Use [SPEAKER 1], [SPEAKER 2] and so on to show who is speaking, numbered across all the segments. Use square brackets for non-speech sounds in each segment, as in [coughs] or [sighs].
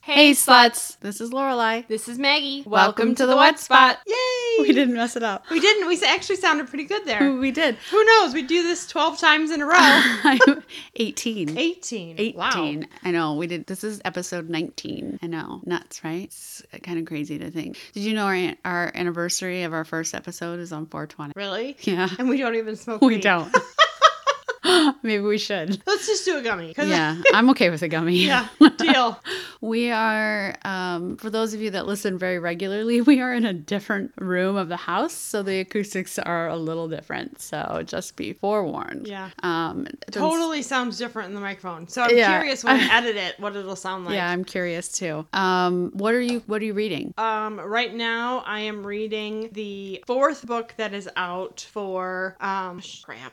[SPEAKER 1] Hey, sluts.
[SPEAKER 2] This is Lorelai.
[SPEAKER 1] This is Maggie. Welcome,
[SPEAKER 2] to the wet spot.
[SPEAKER 1] Yay!
[SPEAKER 2] [laughs] We didn't mess it up.
[SPEAKER 1] We didn't. We actually sounded pretty good there.
[SPEAKER 2] We did. Oh.
[SPEAKER 1] Who knows? We do this 12 times in a
[SPEAKER 2] [laughs]
[SPEAKER 1] row.
[SPEAKER 2] I'm 18.
[SPEAKER 1] 18.
[SPEAKER 2] 18.
[SPEAKER 1] Wow.
[SPEAKER 2] I know. We did. This is episode 19. I know. Nuts, right? It's kind of crazy to think. Did you know our, our anniversary of our first episode is on 420?
[SPEAKER 1] Really?
[SPEAKER 2] [laughs] Yeah.
[SPEAKER 1] And we don't even smoke
[SPEAKER 2] We
[SPEAKER 1] weed.
[SPEAKER 2] [laughs] don't. Maybe we should.
[SPEAKER 1] Let's just do a gummy. 'cause-
[SPEAKER 2] Yeah. I'm okay with a
[SPEAKER 1] [laughs]
[SPEAKER 2] gummy. [laughs]
[SPEAKER 1] yeah. Deal.
[SPEAKER 2] We are, um, for those of you that listen very regularly, [laughs] we are in a different room of the house, so the acoustics are a little different. So just be forewarned.
[SPEAKER 1] Yeah.
[SPEAKER 2] Um, it doesn't-
[SPEAKER 1] Totally sounds different in the microphone. So I'm
[SPEAKER 2] Yeah.
[SPEAKER 1] curious
[SPEAKER 2] [laughs]
[SPEAKER 1] when I edit it what it'll sound like.
[SPEAKER 2] yeah, I'm curious too. Um, what are you? What are you reading?
[SPEAKER 1] Um, right now, I am reading the fourth book that is out for um, sh-
[SPEAKER 2] [laughs]
[SPEAKER 1] crap,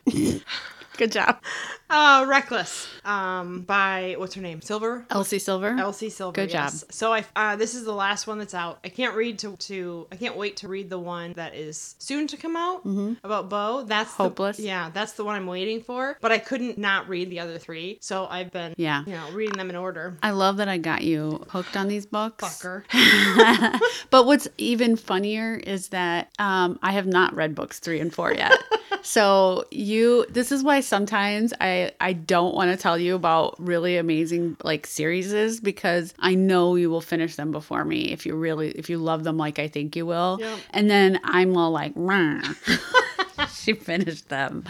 [SPEAKER 2] Good job,
[SPEAKER 1] uh, Reckless, um, by what's her name, Silver.
[SPEAKER 2] Elsie Silver.
[SPEAKER 1] Elsie Silver.
[SPEAKER 2] Good job.
[SPEAKER 1] yes. So I uh, this is the last one that's out. I can't read to, to I can't wait to read the one that is soon to come out about Bo. That's the-
[SPEAKER 2] Mm-hmm. Hopeless.
[SPEAKER 1] yeah, that's the one I'm waiting for. But I couldn't not read the other three, so I've been
[SPEAKER 2] Yeah.
[SPEAKER 1] you know reading them in order.
[SPEAKER 2] I love that I got you hooked on these books.
[SPEAKER 1] Fucker.
[SPEAKER 2] [laughs] but what's even funnier is that um, I have not read books three and four yet. so you, this is why sometimes I I don't want to tell you about really amazing like series because I know you will finish them before me if you really if you love them like I think you will.
[SPEAKER 1] Yep.
[SPEAKER 2] And then I'm all like, "Meh." she finished them.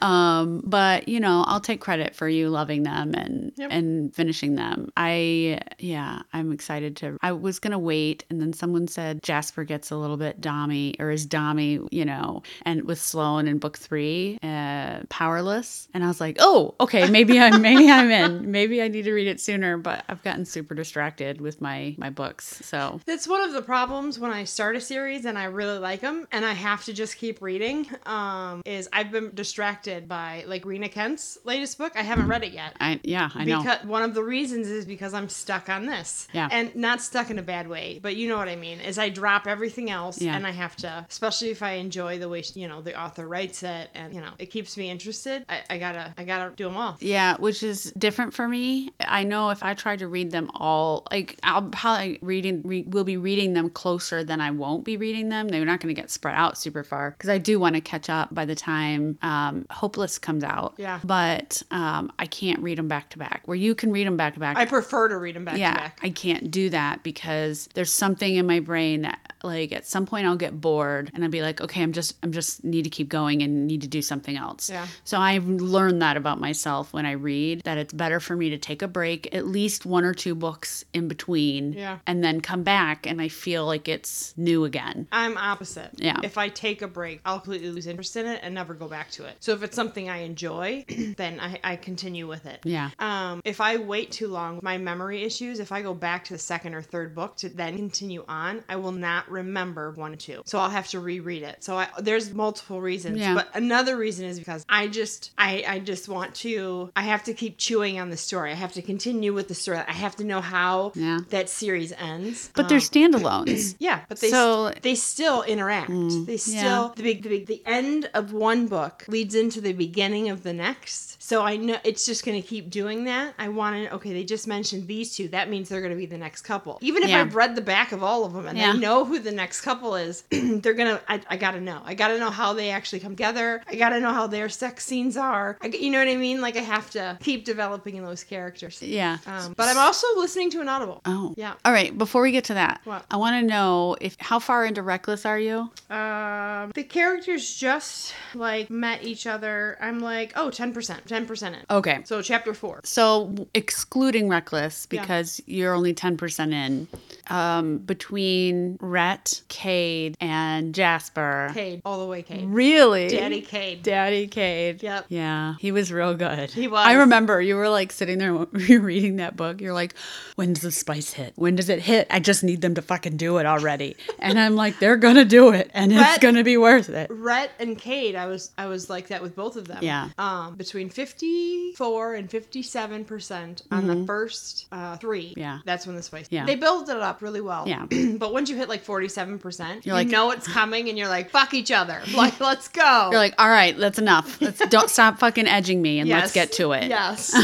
[SPEAKER 2] Um, but you know, I'll take credit for you loving them and
[SPEAKER 1] Yep.
[SPEAKER 2] and finishing them. I yeah, I'm excited to. I was gonna wait, and then someone said Jasper gets a little bit dommy or is dommy, you know, and with Sloan in book three, uh, powerless. And I was like, oh, okay,
[SPEAKER 1] [laughs]
[SPEAKER 2] maybe I'm maybe I'm in. Maybe I need to read it sooner. But I've gotten super distracted with my my books. So
[SPEAKER 1] That's one of the problems when I start a series and I really like them and I have to just keep reading. Um, is I've been distracted by like Rena Kent's latest book. I haven't read it yet.
[SPEAKER 2] I yeah, I know.
[SPEAKER 1] because one of the reasons is because I'm stuck on this.
[SPEAKER 2] Yeah.
[SPEAKER 1] And not stuck in a bad way, but you know what I mean. Is I drop everything else
[SPEAKER 2] Yeah.
[SPEAKER 1] and I have to, especially if I enjoy the way you know the author writes it, and you know it keeps me interested. I, I gotta, I gotta do them all.
[SPEAKER 2] Yeah, which is different for me. I know if I try to read them all, like I'll probably reading re, will be reading them closer than I won't be reading them. They're not going to get spread out super far because I do want to catch up by the time um, Hopeless comes out.
[SPEAKER 1] Yeah.
[SPEAKER 2] but um, I can't read them back to back. Where you can read them back to back,
[SPEAKER 1] I prefer to read them back
[SPEAKER 2] yeah,
[SPEAKER 1] to back.
[SPEAKER 2] I can't do that because there's something in my brain that like at some point I'll get bored and I'll be like, okay, I'm just I'm just need to keep going and need to do something else.
[SPEAKER 1] Yeah.
[SPEAKER 2] So I've learned that about myself when I read that it's better for me to take a break, at least one or two books in between,
[SPEAKER 1] Yeah.
[SPEAKER 2] and then come back and I feel like it's new again.
[SPEAKER 1] I'm opposite.
[SPEAKER 2] Yeah.
[SPEAKER 1] If I take a break, I'll completely lose interest in it and never go back to it. So if it's something I enjoy, [clears throat] then I, I continue with it.
[SPEAKER 2] Yeah.
[SPEAKER 1] Um, if I wait too long, my memory issues, if I go back to the second or third book to then continue on, I will not remember one and two. So I'll have to reread it. So I, there's multiple reasons.
[SPEAKER 2] Yeah.
[SPEAKER 1] But another reason is because I just, I, I just want to, I have to keep chewing on the story. I have to continue with the story. I have to know how
[SPEAKER 2] Yeah.
[SPEAKER 1] that series ends.
[SPEAKER 2] But
[SPEAKER 1] [clears throat]
[SPEAKER 2] they're standalones.
[SPEAKER 1] Yeah, but they
[SPEAKER 2] So- Mm,
[SPEAKER 1] st- they still interact. they still
[SPEAKER 2] yeah.
[SPEAKER 1] the big the big the end of one book leads into the beginning of the next. So I know it's just going to keep doing that. I want to okay, they just mentioned these two. That means they're going to be the next couple. Even if
[SPEAKER 2] Yeah.
[SPEAKER 1] I've read the back of all of them and
[SPEAKER 2] Yeah.
[SPEAKER 1] I know who the next couple is, [clears throat] they're going to I, I got to know. I got to know how they actually come together. I got to know how their sex scenes are. I, you know what I mean? Like I have to keep developing those characters.
[SPEAKER 2] yeah.
[SPEAKER 1] Um, but I'm also listening to an audible.
[SPEAKER 2] Oh.
[SPEAKER 1] Yeah.
[SPEAKER 2] All right, before we get to that,
[SPEAKER 1] What?
[SPEAKER 2] I want to know if how far into Reckless are you?
[SPEAKER 1] Um, the characters just like met each other. I'm like, oh, 10%, 10% in.
[SPEAKER 2] Okay.
[SPEAKER 1] So chapter four.
[SPEAKER 2] So, excluding Reckless
[SPEAKER 1] Yeah.
[SPEAKER 2] because you're only 10% in, um, between Rhett, Cade, and Jasper.
[SPEAKER 1] Cade, all the way Cade.
[SPEAKER 2] Really?
[SPEAKER 1] Daddy Cade.
[SPEAKER 2] Daddy Cade.
[SPEAKER 1] Yep.
[SPEAKER 2] Yeah. He was real good.
[SPEAKER 1] He
[SPEAKER 2] I
[SPEAKER 1] was.
[SPEAKER 2] remember you were like sitting there [laughs] you're reading that book. You're like, when does the spice hit? When does it hit? I just need them to fucking do it already. and I'm like, they're going to do it and it's
[SPEAKER 1] Rhett-
[SPEAKER 2] going to be worth it.
[SPEAKER 1] Rhett and Cade, I was I was like that with both of them.
[SPEAKER 2] Yeah.
[SPEAKER 1] Um, between fifty four and fifty seven percent on the first uh, three.
[SPEAKER 2] Mm-hmm. Yeah.
[SPEAKER 1] That's when the spice.
[SPEAKER 2] Yeah.
[SPEAKER 1] They build it up really well.
[SPEAKER 2] Yeah.
[SPEAKER 1] [clears throat] but once you hit like 40%, 47%. you
[SPEAKER 2] You're like-
[SPEAKER 1] know it's coming and you're like, fuck each
[SPEAKER 2] [laughs]
[SPEAKER 1] other. Like, let's go.
[SPEAKER 2] You're like, all right, that's enough. Let's
[SPEAKER 1] [laughs]
[SPEAKER 2] don't stop fucking edging me and let's
[SPEAKER 1] Yes.
[SPEAKER 2] get to it. [laughs]
[SPEAKER 1] Yes.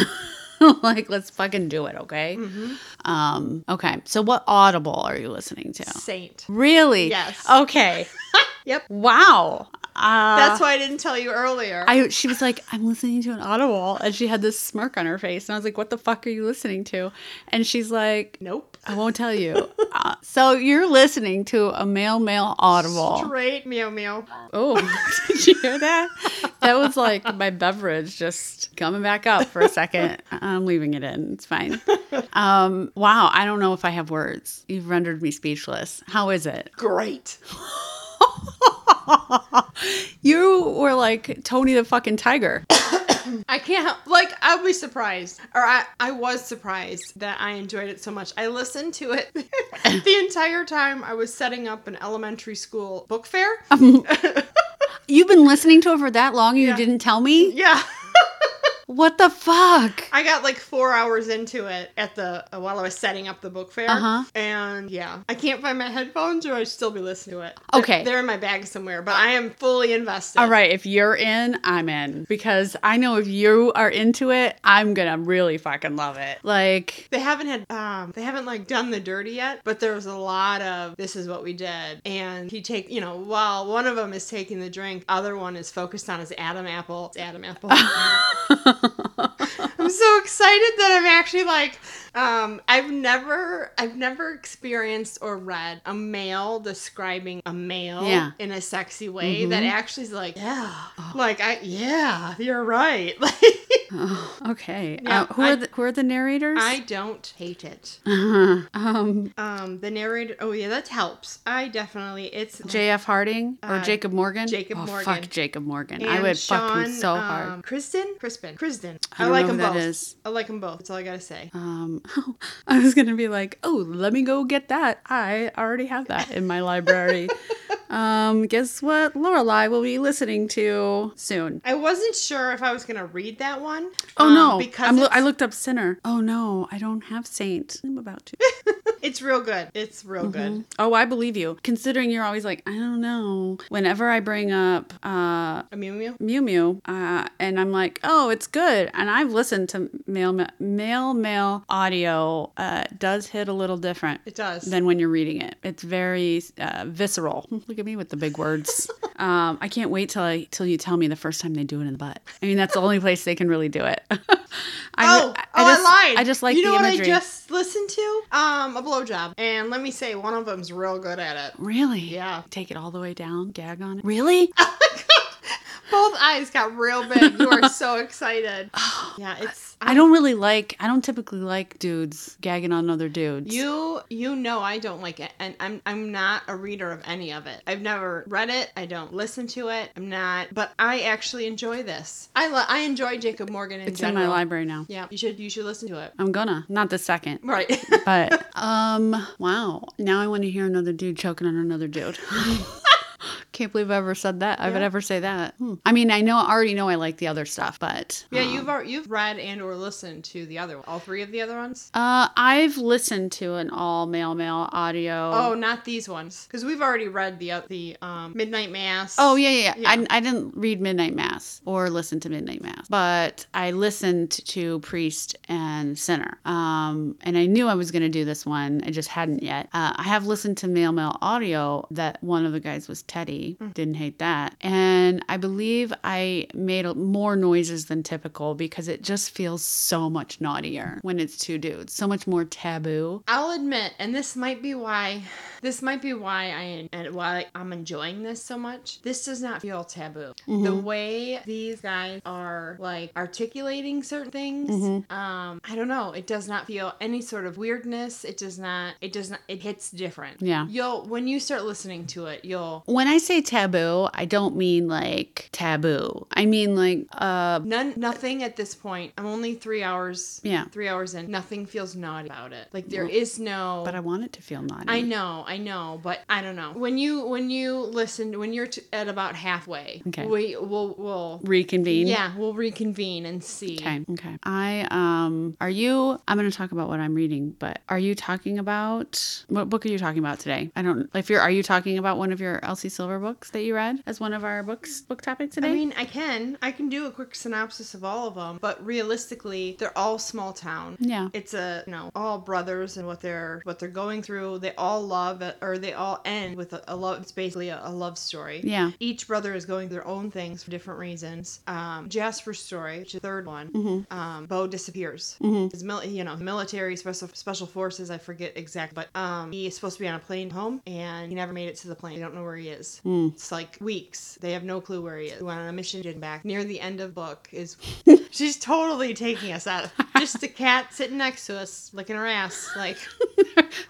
[SPEAKER 2] like, let's fucking do it, okay?
[SPEAKER 1] Mhm.
[SPEAKER 2] Um, okay. So what audible are you listening to?
[SPEAKER 1] Saint.
[SPEAKER 2] Really?
[SPEAKER 1] Yes.
[SPEAKER 2] Okay.
[SPEAKER 1] Yep.
[SPEAKER 2] Wow.
[SPEAKER 1] [laughs]
[SPEAKER 2] Uh,
[SPEAKER 1] That's why I didn't tell you earlier.
[SPEAKER 2] I she was like, I'm listening to an audible, and she had this smirk on her face, and I was like, What the fuck are you listening to? And she's like,
[SPEAKER 1] nope.
[SPEAKER 2] I won't tell you. [laughs] Uh, so you're listening to a male male audible.
[SPEAKER 1] Straight meow meow.
[SPEAKER 2] Oh, [laughs] did you hear that? That was like my beverage just coming back up for a second. Uh-uh, I'm leaving it in.
[SPEAKER 1] [laughs]
[SPEAKER 2] It's fine. Um, wow, I don't know if I have words. You've rendered me speechless. How is it?
[SPEAKER 1] Great.
[SPEAKER 2] you were like Tony the fucking tiger.
[SPEAKER 1] I can't like I'll be surprised. Or I, I was surprised that I enjoyed it so much. I listened to it [laughs] the entire time I was setting up an elementary school book fair.
[SPEAKER 2] Um, You've been listening to it for that long and
[SPEAKER 1] Yeah.
[SPEAKER 2] you didn't tell me?
[SPEAKER 1] Yeah.
[SPEAKER 2] What the fuck?
[SPEAKER 1] I got like four hours into it at the while I was setting up the book fair,
[SPEAKER 2] Uh-huh.
[SPEAKER 1] and yeah, I can't find my headphones, or I'd still be listening to it. they're,
[SPEAKER 2] Okay.
[SPEAKER 1] they're in my bag somewhere, but I am fully invested.
[SPEAKER 2] All right, if you're in, I'm in because I know if you are into it, I'm gonna really fucking love it. Like,
[SPEAKER 1] They haven't had, um, they haven't like done the dirty yet, but there was a lot of this is what we did. And he take, you know, while one of them is taking the drink, other one is focused on his Adam apple. It's Adam apple. I'm so excited that I'm actually like, um, I've never, I've never experienced or read a male describing a male
[SPEAKER 2] Yeah.
[SPEAKER 1] in a sexy way
[SPEAKER 2] Mhm.
[SPEAKER 1] that actually is like, yeah, like I, yeah, you're right. [laughs] Like,
[SPEAKER 2] Oh, okay.
[SPEAKER 1] Yeah,
[SPEAKER 2] uh, who
[SPEAKER 1] I-
[SPEAKER 2] are the, who are the narrators?
[SPEAKER 1] I don't hate it.
[SPEAKER 2] Uh-huh. um,
[SPEAKER 1] Um, the narrator. Oh yeah, that helps. I definitely. It's
[SPEAKER 2] J.F. Harding or
[SPEAKER 1] Uh,
[SPEAKER 2] Jacob Morgan.
[SPEAKER 1] Jacob
[SPEAKER 2] oh,
[SPEAKER 1] Morgan.
[SPEAKER 2] Fuck Jacob Morgan.
[SPEAKER 1] and
[SPEAKER 2] I would fuck him
[SPEAKER 1] Sean,
[SPEAKER 2] so hard.
[SPEAKER 1] um, Kristen, Crispin, Kristen. I,
[SPEAKER 2] I don't
[SPEAKER 1] like
[SPEAKER 2] know
[SPEAKER 1] them
[SPEAKER 2] who that
[SPEAKER 1] both.
[SPEAKER 2] is.
[SPEAKER 1] I like them both. That's all I gotta say.
[SPEAKER 2] Um, [laughs] I was gonna be like, oh, let me go get that. I already have that in my
[SPEAKER 1] [laughs]
[SPEAKER 2] library. um, guess what? Lorelai will be listening to soon.
[SPEAKER 1] I wasn't sure if I was gonna read that one.
[SPEAKER 2] Oh
[SPEAKER 1] um,
[SPEAKER 2] no!
[SPEAKER 1] because
[SPEAKER 2] I'm lo-
[SPEAKER 1] it's,
[SPEAKER 2] I looked up sinner. Oh no, I don't have saint. I'm about to.
[SPEAKER 1] [laughs] it's real good. It's real good.
[SPEAKER 2] Oh, I believe you. Considering you're always like, I don't know. Whenever I bring up uh
[SPEAKER 1] A Mew Mew.
[SPEAKER 2] Mew Mew, uh, and I'm like, oh, it's good. And I've listened to male male male audio. Uh, does hit a little different.
[SPEAKER 1] It does.
[SPEAKER 2] than when you're reading it. It's very uh, visceral. [laughs] Look at me with the
[SPEAKER 1] [laughs]
[SPEAKER 2] big words. um, I can't wait till I till you tell me the first time they do it in the butt. I mean, that's the only place they can really do it. [laughs] I,
[SPEAKER 1] oh, oh,
[SPEAKER 2] just-
[SPEAKER 1] I lied.
[SPEAKER 2] I just like
[SPEAKER 1] you know
[SPEAKER 2] the
[SPEAKER 1] what
[SPEAKER 2] imagery.
[SPEAKER 1] I just listened to? Um, a blowjob. And let me say, one of them's real good at it.
[SPEAKER 2] Really?
[SPEAKER 1] Yeah.
[SPEAKER 2] Take it all the way down, gag on it. Really?
[SPEAKER 1] Both eyes got real big. You are
[SPEAKER 2] [laughs]
[SPEAKER 1] so
[SPEAKER 2] [sighs]
[SPEAKER 1] excited. Yeah, it's.
[SPEAKER 2] [laughs] I don't really like. I don't typically like dudes gagging on other dudes.
[SPEAKER 1] You you know I don't like it and I'm I'm not a reader of any of it. I've never read it. I don't listen to it. I'm not but I actually enjoy this. I lo- I enjoy Jacob Morgan in
[SPEAKER 2] It's in
[SPEAKER 1] general.
[SPEAKER 2] my library now.
[SPEAKER 1] Yeah, you should you should listen to it.
[SPEAKER 2] I'm gonna not the second.
[SPEAKER 1] Right.
[SPEAKER 2] But um, wow. Now I want to hear another dude choking on another dude. [laughs] Can't believe I ever said that. I would
[SPEAKER 1] Yeah.
[SPEAKER 2] ever say that. Hmm. I mean, I know, I already know I like the other stuff, but
[SPEAKER 1] [laughs]
[SPEAKER 2] [laughs]
[SPEAKER 1] yeah,
[SPEAKER 2] um,
[SPEAKER 1] you've al- you've read and or listened to the other one. All three of the other ones?
[SPEAKER 2] Uh, I've listened to an all male male audio.
[SPEAKER 1] Oh, not these ones cuz we've already read the oth- the um, Midnight Mass.
[SPEAKER 2] Oh yeah, yeah. yeah.
[SPEAKER 1] Yeah.
[SPEAKER 2] I, I didn't read Midnight Mass or listen to Midnight Mass, but I listened to Priest and Sinner. Um, and I knew I was going to do this one. I just hadn't yet. Uh, I have listened to Male Male Audio. That one of the guys was Teddy. Didn't hate that. And I believe I made a- more noises than typical because it just feels so much naughtier when it's two dudes. So much more taboo.
[SPEAKER 1] I'll admit, and this might be why, this might be why I and why I'm enjoying this so much. This does not feel taboo. The
[SPEAKER 2] Mhm.
[SPEAKER 1] way these guys are like articulating certain things,
[SPEAKER 2] Mhm.
[SPEAKER 1] um, I don't know. It does not feel any sort of weirdness. It does not. It does not. It hits different.
[SPEAKER 2] Yeah.
[SPEAKER 1] You'll when you start listening to it, you'll
[SPEAKER 2] When I say say taboo, I don't mean like taboo. I mean like uh
[SPEAKER 1] None, nothing at this point. I'm only three hours.
[SPEAKER 2] Yeah.
[SPEAKER 1] Three hours in. Nothing feels naughty about it. Like there is no.
[SPEAKER 2] but I want it to feel naughty.
[SPEAKER 1] I know, I know, but I don't know. When you when you listen, when you're t- at about halfway,
[SPEAKER 2] Okay.
[SPEAKER 1] we will we'll
[SPEAKER 2] Reconvene.
[SPEAKER 1] yeah we'll reconvene and see.
[SPEAKER 2] Okay. Okay. I um are you I'm going to talk about what I'm reading, but are you talking about what book are you talking about today? I don't if you're are you talking about one of your Elsie Silver books that you read as one of our books book topics today?
[SPEAKER 1] I mean, I can I can do a quick synopsis of all of them, but realistically, they're all small town.
[SPEAKER 2] yeah.
[SPEAKER 1] It's a you know all brothers and what they're what they're going through. They all love or they all end with a, a love. It's basically a, a love story.
[SPEAKER 2] Yeah. [laughs]
[SPEAKER 1] Each brother is going their own things for different reasons. Um, Jasper's story, which is the third one, um, Bo disappears. His mil- you know, military special special forces. I forget exact, but um, he is supposed to be on a plane home, and he never made it to the plane. They don't know where he is. It's like weeks. They have no clue where he is. He went on a mission, did back. Near the end of book is, she's totally taking us out. Just the cat sitting next to us, licking her ass, like.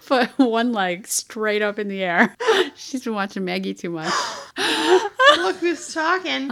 [SPEAKER 2] But one leg straight up in the air. [laughs] She's been watching Maggie too
[SPEAKER 1] [gasps]
[SPEAKER 2] much.
[SPEAKER 1] Look who's talking.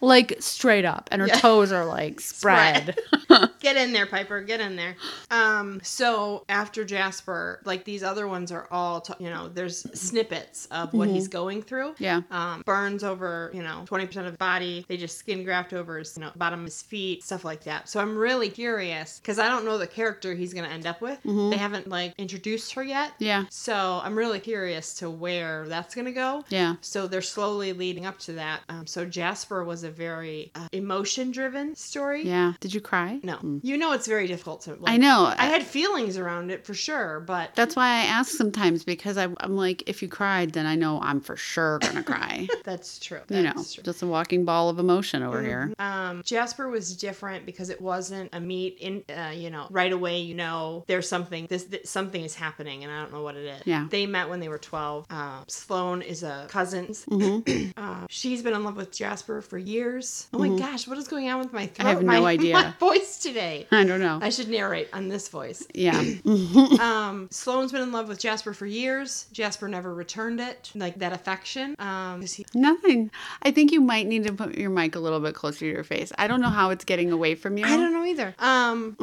[SPEAKER 2] like straight up and her
[SPEAKER 1] Yeah.
[SPEAKER 2] toes are like spread.
[SPEAKER 1] [laughs]
[SPEAKER 2] [laughs]
[SPEAKER 1] Spread. Get in there, Piper. Get in there. Um, so after Jasper, like these other ones are all, t- you know, there's snippets of what he's going through.
[SPEAKER 2] Mm-hmm. yeah.
[SPEAKER 1] Um, burns over, you know, 20% of his body. They just skin graft over his, you know, bottom of his feet, stuff like that. So I'm really curious because I don't know the character he's going to end up with.
[SPEAKER 2] Mm-hmm.
[SPEAKER 1] They haven't, like, introduced her yet.
[SPEAKER 2] Yeah.
[SPEAKER 1] So I'm really curious to where that's going to go.
[SPEAKER 2] Yeah.
[SPEAKER 1] So they're slowly leading up to that. Um, so Jasper was a very uh, emotion driven story.
[SPEAKER 2] Yeah. Did you cry?
[SPEAKER 1] No. You know it's very difficult to like,
[SPEAKER 2] Mm. I know.
[SPEAKER 1] I had feelings around it for sure, but
[SPEAKER 2] That's why I ask sometimes because I, I'm like, if you cried, then I know I'm for sure
[SPEAKER 1] [coughs]
[SPEAKER 2] gonna cry.
[SPEAKER 1] that's true. That's
[SPEAKER 2] you know,
[SPEAKER 1] true.
[SPEAKER 2] just a walking ball of emotion over here.
[SPEAKER 1] Um, Jasper was different because it wasn't a meet in, uh, you know, right away. You know, there's something. This, th- something is happening, and I don't know what it is.
[SPEAKER 2] Yeah.
[SPEAKER 1] They met when they were 12. Um, Sloane is a [clears throat] cousin's.
[SPEAKER 2] Mm-hmm.
[SPEAKER 1] Uh, she's been in love with Jasper for years. Oh my gosh, what is going on with my throat? [laughs]
[SPEAKER 2] have
[SPEAKER 1] my,
[SPEAKER 2] no idea.
[SPEAKER 1] My voice today.
[SPEAKER 2] [laughs] I don't know.
[SPEAKER 1] Mm-hmm. I should narrate on this voice.
[SPEAKER 2] yeah. Mm,
[SPEAKER 1] um, Sloane's been in love with Jasper for years. Jasper never returned it, like that affection. Um, 'cause he,
[SPEAKER 2] Nothing. I think you might need to put your mic a little bit closer to your face. I don't know how it's getting away from you.
[SPEAKER 1] I don't know either. Um,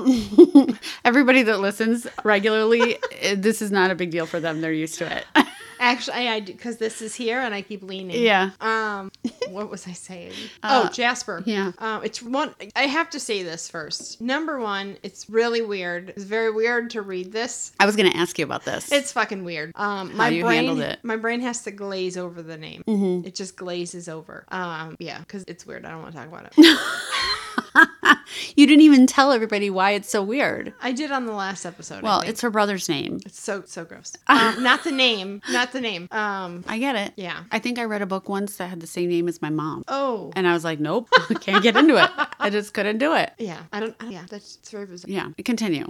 [SPEAKER 2] Everybody that
[SPEAKER 1] [laughs]
[SPEAKER 2] listens regularly, eh, this is not a big deal for them. They're used to
[SPEAKER 1] Um,
[SPEAKER 2] it. [laughs]
[SPEAKER 1] actually, I because this is here and I keep leaning.
[SPEAKER 2] yeah.
[SPEAKER 1] Um, [laughs] what was I saying?
[SPEAKER 2] Uh,
[SPEAKER 1] oh, Jasper.
[SPEAKER 2] yeah.
[SPEAKER 1] Um, it's one. I have to say this first. Number one, it's really weird. It's very weird to read this.
[SPEAKER 2] I was gonna ask you about this.
[SPEAKER 1] It's fucking weird. Um, my
[SPEAKER 2] you
[SPEAKER 1] brain,
[SPEAKER 2] handled it. Mm-hmm.
[SPEAKER 1] my brain has to glaze over the name. It just glazes over. Um, yeah, because it's weird. I don't want to talk about it.
[SPEAKER 2] [laughs] you didn't even tell everybody why it's so weird.
[SPEAKER 1] I did on the last episode. I
[SPEAKER 2] Well,
[SPEAKER 1] think.
[SPEAKER 2] it's her brother's name.
[SPEAKER 1] It's so so gross. Um, not the name. Not the name. Um.
[SPEAKER 2] I get it.
[SPEAKER 1] Yeah.
[SPEAKER 2] I think I read a book once that had the same name as my mom.
[SPEAKER 1] Oh.
[SPEAKER 2] And I was like, nope, [laughs] can't get into it. I just couldn't do it.
[SPEAKER 1] Yeah. I don't. I don't- Yeah. That's it's very bizarre.
[SPEAKER 2] Yeah, continue.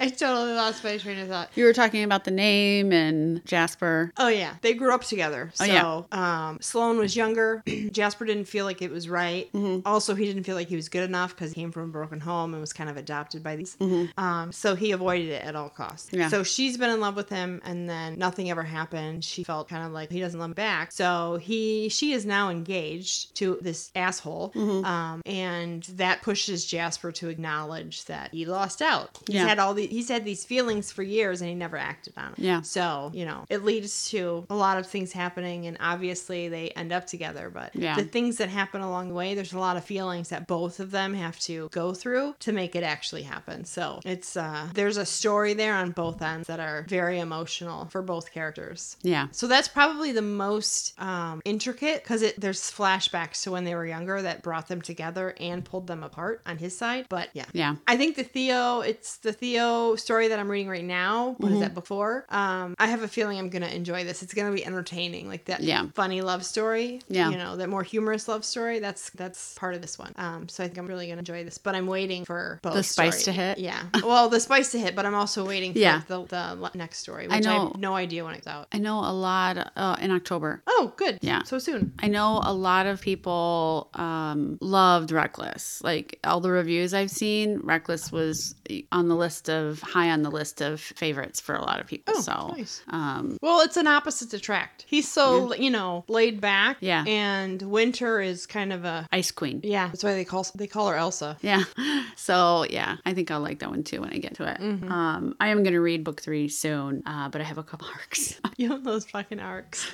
[SPEAKER 1] I totally lost my train of thought.
[SPEAKER 2] You were talking about the name and Jasper.
[SPEAKER 1] Oh yeah, they grew up together. So
[SPEAKER 2] Oh, yeah.
[SPEAKER 1] um, Sloan was younger. [clears throat] Jasper didn't feel like it was right.
[SPEAKER 2] Mm-hmm.
[SPEAKER 1] Also, he didn't feel like he was good enough because he came from a broken home and was kind of adopted by these. Um, so he avoided it at all costs.
[SPEAKER 2] Mm-hmm. Yeah.
[SPEAKER 1] So she's been in love with him, and then nothing ever happened. She felt kind of like he doesn't love me back. So he, she is now engaged to this asshole,
[SPEAKER 2] Mm-hmm.
[SPEAKER 1] um, and that pushes Jasper to acknowledge that he lost out. He's
[SPEAKER 2] Yeah.
[SPEAKER 1] had all the, he's had these feelings for years, and he never acted on it.
[SPEAKER 2] Yeah.
[SPEAKER 1] So, you know, it leads to a lot of things happening, and obviously they end up together. But
[SPEAKER 2] Yeah.
[SPEAKER 1] the things that happen along the way, there's a lot of feelings that both of them have to go through to make it actually happen. So it's, uh, there's a story there on both ends that are very emotional for both characters.
[SPEAKER 2] Yeah.
[SPEAKER 1] So that's probably the most um, intricate because there's flashbacks to when they were younger that brought them together and pulled them apart on his side. But yeah,
[SPEAKER 2] Yeah.
[SPEAKER 1] I think the Theo, it's the Theo story that I'm reading right now. What is
[SPEAKER 2] Mm-hmm.
[SPEAKER 1] that before? Um, I have a feeling I'm gonna enjoy this. It's gonna be entertaining, like that
[SPEAKER 2] Yeah.
[SPEAKER 1] funny love story.
[SPEAKER 2] Yeah.
[SPEAKER 1] you know that more humorous love story. That's that's part of this one. Um, so I think I'm really gonna enjoy this. But I'm waiting for both
[SPEAKER 2] The spice to hit?
[SPEAKER 1] Yeah, well, the spice to hit, but I'm also waiting for
[SPEAKER 2] Yeah.
[SPEAKER 1] the, the le- next story,
[SPEAKER 2] I
[SPEAKER 1] which I,
[SPEAKER 2] know.
[SPEAKER 1] have no idea when it's out.
[SPEAKER 2] I know a lot uh, in October.
[SPEAKER 1] Oh, good.
[SPEAKER 2] Yeah.
[SPEAKER 1] so soon.
[SPEAKER 2] I know a lot of people um, loved Reckless. Like all the reviews I've seen, Reckless was on the list of of high on the list of favorites for a lot of people.
[SPEAKER 1] Oh,
[SPEAKER 2] so,
[SPEAKER 1] nice.
[SPEAKER 2] um,
[SPEAKER 1] Well, it's an opposite attract. He's so, you know, laid back.
[SPEAKER 2] Yeah.
[SPEAKER 1] And winter is kind of a
[SPEAKER 2] Ice Queen.
[SPEAKER 1] yeah. That's why they call they call her Elsa. [laughs]
[SPEAKER 2] Yeah. [laughs] So, yeah, I think I'll like that one too when I get to it.
[SPEAKER 1] Mhm.
[SPEAKER 2] Um, I am going to read book three soon, uh, but I have a couple [laughs] arcs.
[SPEAKER 1] You know those fucking arcs.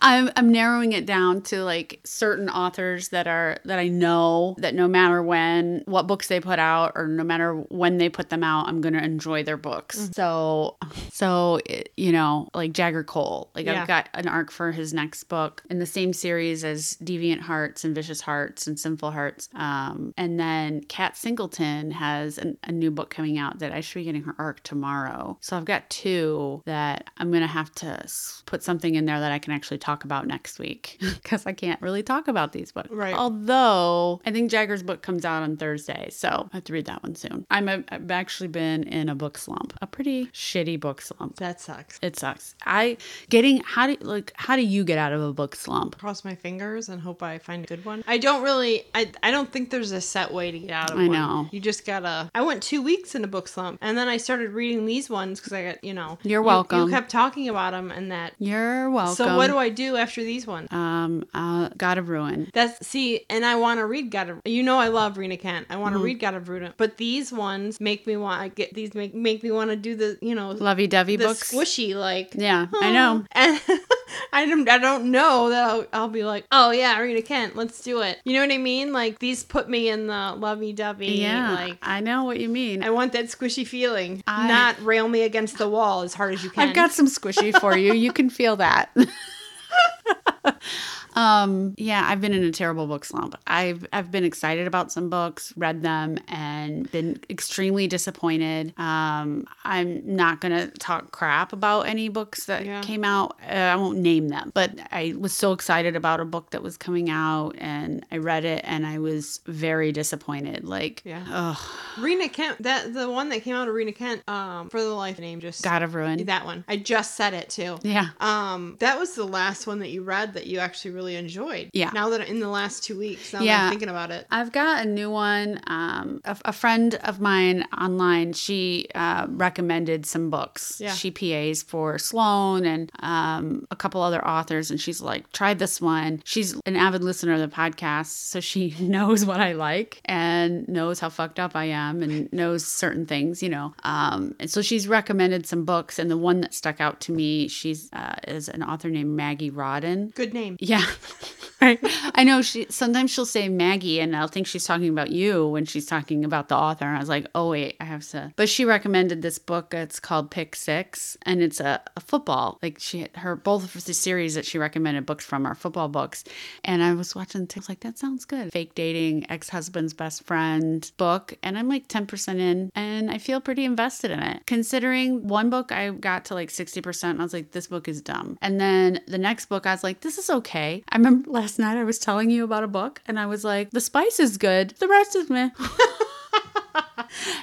[SPEAKER 2] I'm, I'm narrowing it down to like certain authors that are that I know that no matter when what books they put out or no matter when they put them out, I'm gonna enjoy their books. So, so it, you know, like Jagger Cole, like
[SPEAKER 1] Yeah.
[SPEAKER 2] I've got an arc for his next book in the same series as Deviant Hearts and Vicious Hearts and Sinful Hearts. Um, and then Kat Singleton has an, a new book coming out that I should be getting her arc tomorrow. So I've got two that I'm going to have to s- put something in there that I can actually talk about next week [laughs] because I can't really talk about these books.
[SPEAKER 1] Right.
[SPEAKER 2] Although I think Jagger's book comes out on Thursday. So I have to read that one soon. I'm a, I've actually been in a book slump, a pretty shitty book slump.
[SPEAKER 1] That sucks.
[SPEAKER 2] It sucks. I getting how do like how do you get out of a book slump?
[SPEAKER 1] Cross my fingers and hope I find a good one. I don't really. I I don't think there's a set way to get out of
[SPEAKER 2] I
[SPEAKER 1] one.
[SPEAKER 2] know.
[SPEAKER 1] You just gotta. I went two weeks in a book slump, and then I started reading these ones because I got you know.
[SPEAKER 2] You're
[SPEAKER 1] you- You,
[SPEAKER 2] welcome.
[SPEAKER 1] kept talking about them and that.
[SPEAKER 2] You're welcome.
[SPEAKER 1] So what do I do after these ones?
[SPEAKER 2] um uh, God of Ruin.
[SPEAKER 1] That's see, and I want to read God of. You know, I love Rena Kent. I
[SPEAKER 2] Mm-hmm.
[SPEAKER 1] want to read God of Rudin, but these ones make me want. I get these make make me want to do the you know
[SPEAKER 2] Lovey Dovey
[SPEAKER 1] the
[SPEAKER 2] books.
[SPEAKER 1] squishy like.
[SPEAKER 2] Yeah, I
[SPEAKER 1] [gasps]
[SPEAKER 2] know.
[SPEAKER 1] [laughs] And I don't, I don't know that I'll, I'll be like, oh yeah, Rena Kent, let's do it. You know what I mean? Like these put me in the lovey dovey.
[SPEAKER 2] Yeah,
[SPEAKER 1] Like
[SPEAKER 2] I know what you mean.
[SPEAKER 1] I want that squishy feeling.
[SPEAKER 2] I-
[SPEAKER 1] Not rail me against the wall as hard as you can.
[SPEAKER 2] I've got some squishy for you. You can feel that. [laughs] um, yeah, I've been in a terrible book slump. I've I've been excited about some books, read them, and been extremely disappointed. Um, I'm not gonna talk crap about any books that
[SPEAKER 1] Yeah.
[SPEAKER 2] came out. Uh, I won't name them, but I was so excited about a book that was coming out, and I read it, and I was very disappointed. Like,
[SPEAKER 1] Yeah.
[SPEAKER 2] oh,
[SPEAKER 1] Rena Kent. That the one that came out of Rena Kent. Um, for the life name just
[SPEAKER 2] God of Ruin.
[SPEAKER 1] that one. I just said it too.
[SPEAKER 2] Mm-hmm. yeah.
[SPEAKER 1] Um, that was the last one that you read that you actually really enjoyed.
[SPEAKER 2] Yeah.
[SPEAKER 1] Now that in the last two weeks, now that I'm
[SPEAKER 2] Yeah.
[SPEAKER 1] thinking about it.
[SPEAKER 2] I've got a new one. Um, a, a friend of mine online, she uh, recommended some books.
[SPEAKER 1] Yeah.
[SPEAKER 2] She PAs for Sloan and um, a couple other authors, and she's like, try this one. She's an avid listener of the podcast, so she [laughs] knows what I like and knows how fucked up I am and knows certain things, you know. Um, and so she's recommended some books, and the one that stuck out to me, she's uh, is an author named Maggie Rodden.
[SPEAKER 1] Good name.
[SPEAKER 2] [laughs] Yeah. Right. I know she sometimes she'll say Maggie and I'll think she's talking about you when she's talking about the author. And I was like, oh wait, I have to but she recommended this book. It's called Pick Six and it's a, a football. Like she her both of the series that she recommended books from are football books. And I was watching the thing, I was like, that sounds good. Fake dating, ex husband's best friend book. And I'm like ten percent in and I feel pretty invested in it. Considering one book I got to like sixty percent and I was like, this book is dumb. And then the next book I was like, this is okay. I remember [laughs] last night I was telling you about a book and I was like, the spice is good. The rest is meh.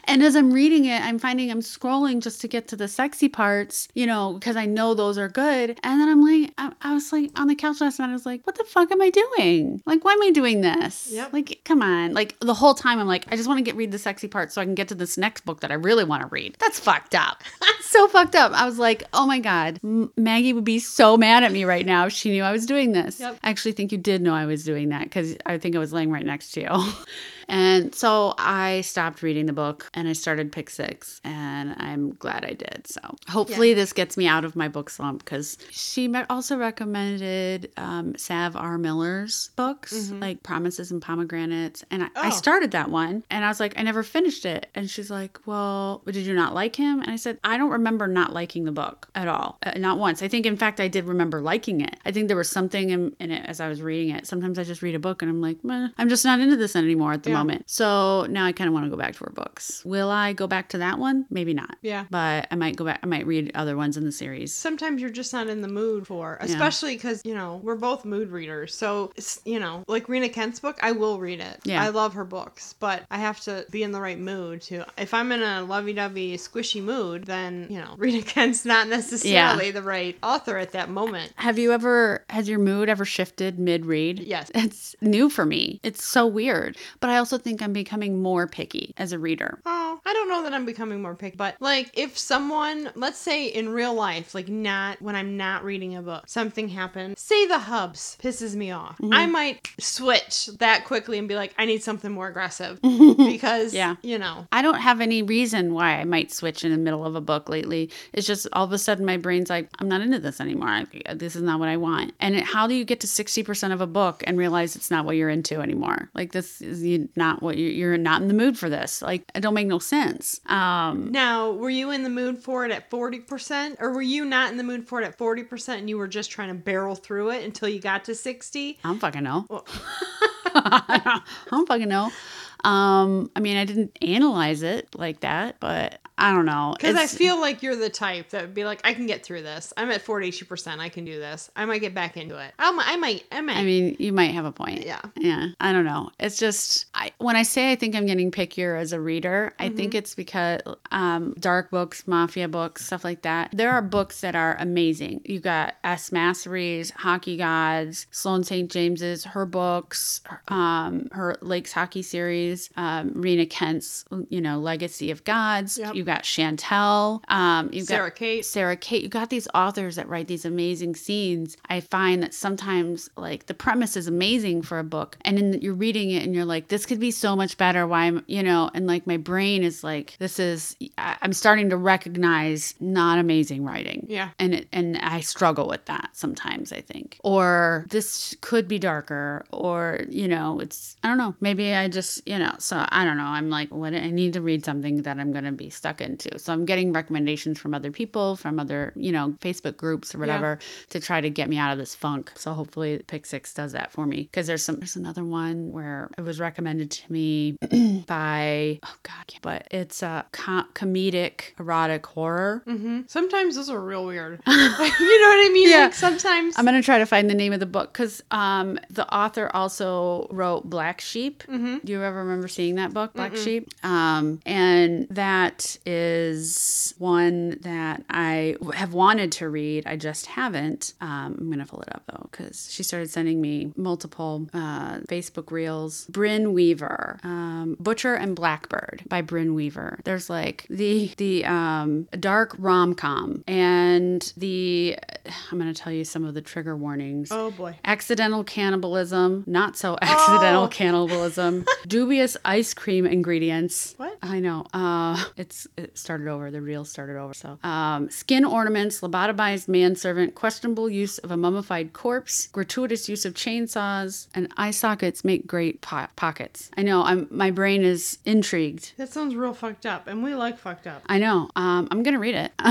[SPEAKER 2] And as I'm reading it, I'm finding I'm scrolling just to get to the sexy parts, you know, because I know those are good. And then I'm like, I, I was like on the couch last night, I was like, what the fuck am I doing? Like, why am I doing this?
[SPEAKER 1] Yep.
[SPEAKER 2] Like, come on. Like the whole time I'm like, I just want to get read the sexy parts so I can get to this next book that I really want to read. That's fucked up. [laughs] so fucked up. I was like, oh my God, M- Maggie would be so mad at me right now if she knew I was doing this.
[SPEAKER 1] Yep.
[SPEAKER 2] I actually think you did know I was doing that because I think I was laying right next to you. [laughs] and so I stopped reading the book and I started Pick Six, and I'm glad I did. So hopefully this gets me out of my book slump because she me- also recommended um, Sav R. Miller's books, like Promises and Pomegranates. And I, I
[SPEAKER 1] Oh.
[SPEAKER 2] started that one and I was like, I never finished it. And she's like, Well, did you not like him? And I said, I don't remember not liking the book at all. Uh, not once. I think, in fact, I did remember liking it. I think there was something in, in it as I was reading it. Sometimes I just read a book and I'm like, Meh, I'm just not into this anymore at the
[SPEAKER 1] Yeah.
[SPEAKER 2] moment. So now I kind of want to go back to her books. Will I go back to that one? Maybe not.
[SPEAKER 1] Yeah.
[SPEAKER 2] But I might go back, I might read other ones in the series.
[SPEAKER 1] sometimes you're just not in the mood for especially because you know we're both mood readers so it's, you know like rena kent's book i will read it
[SPEAKER 2] Yeah.
[SPEAKER 1] i love her books but i have to be in the right mood to if i'm in a lovey-dovey squishy mood then you know [laughs] rena kent's not necessarily the right author at that moment
[SPEAKER 2] Have you ever, has your mood ever shifted mid read?
[SPEAKER 1] yes
[SPEAKER 2] It's new for me. It's so weird. But I also also think I'm becoming more picky as a reader.
[SPEAKER 1] Oh, I don't know that I'm becoming more picky, but like if someone, let's say in real life, like not when I'm not reading a book, something happened, say the hubs pisses me off. I
[SPEAKER 2] Mm-hmm.
[SPEAKER 1] might switch that quickly and be like, I need something more
[SPEAKER 2] [laughs]
[SPEAKER 1] aggressive because,
[SPEAKER 2] Yeah.
[SPEAKER 1] you know,
[SPEAKER 2] I don't have any reason why I might switch in the middle of a book lately. It's just all of a sudden my brain's like, I'm not into this anymore. I, this is not what I want. And it, how do you get to 60% of a book and realize it's not what you're into anymore? Like, this is you- not what you're, you're not in the mood for this. Like, it don't make no sense. Um,
[SPEAKER 1] Now, were you in the mood for it at 40% or were you not in the mood for it at 40% and you were just trying to barrel through it until you got to 60?
[SPEAKER 2] I don't fucking know.
[SPEAKER 1] Well-
[SPEAKER 2] [laughs] I don't fucking know. Um, I mean, I didn't analyze it like that, but I don't know.
[SPEAKER 1] Because I
[SPEAKER 2] It's-
[SPEAKER 1] feel like you're the type that would be like, I can get through this. I'm at 40%. I can do this. I might get back into it. I'm, I might. I might.
[SPEAKER 2] I mean, you might have a point.
[SPEAKER 1] yeah.
[SPEAKER 2] Yeah, I don't know. It's just I when I say I think I'm getting pickier as a reader, I
[SPEAKER 1] Mm-hmm.
[SPEAKER 2] think it's because um, dark books, mafia books, stuff like that. There are books that are amazing. You got S. Massery's Hockey Gods, Sloan St. James's, her books, um, her Lakes Hockey series, um, Rena Kent's, you know, Legacy of Gods.
[SPEAKER 1] Yep.
[SPEAKER 2] You got Chantel. Um, you got
[SPEAKER 1] Sarah Kate.
[SPEAKER 2] Sarah Kate, you got these authors that write these amazing scenes. I find that sometimes, like, the premise is amazing for a book, and then you're reading it and you're like, this could be so much better. Why am, you know, and like my brain is like, this is, I- I'm starting to recognize not amazing writing
[SPEAKER 1] Yeah.
[SPEAKER 2] and it, and I struggle with that sometimes. I think, or this could be darker, or you know, it's I don't know. Maybe I just you know. So I don't know. I'm like, what? I need to read something that I'm going to be stuck into. So I'm getting recommendations from other people, from other you know Facebook groups or whatever, to try to get me out of this funk. So hopefully, Pick Six does that for me because there's some there's another one where it was recommended to me [clears throat] by oh god, I can't- but it's a com- comedic erotic horror.
[SPEAKER 1] hmm Sometimes those are real
[SPEAKER 2] [laughs]
[SPEAKER 1] weird. [laughs] you know what I mean?
[SPEAKER 2] Yeah.
[SPEAKER 1] Like sometimes.
[SPEAKER 2] I'm gonna try to find the name of the book because um, the author also wrote Black Sheep.
[SPEAKER 1] hmm
[SPEAKER 2] Do you ever remember seeing that book, Black Sheep? Um, and that is one that I w- have wanted to read. I just haven't. Um, I'm gonna pull it up though because she started sending me multiple uh, Facebook reels. Bryn Weaver, um, Butcher and Blackbird by Bryn Weaver. There's like the the um, dark rom com and the. I'm gonna tell you some of the trigger warnings.
[SPEAKER 1] Oh, boy.
[SPEAKER 2] Accidental cannibalism, not so
[SPEAKER 1] [laughs]
[SPEAKER 2] accidental
[SPEAKER 1] Oh.
[SPEAKER 2] cannibalism, dubious ice cream ingredients.
[SPEAKER 1] What?
[SPEAKER 2] I know. Uh, it's it started over. The reel started over. So, um, skin ornaments, lobotomized manservant, questionable use of a mummified corpse, gratuitous use of chainsaws, and eye sockets make great po- pockets. I know. I'm my brain is intrigued.
[SPEAKER 1] That sounds real fucked up. And we like fucked up.
[SPEAKER 2] I know. Um, I'm gonna read it. [laughs]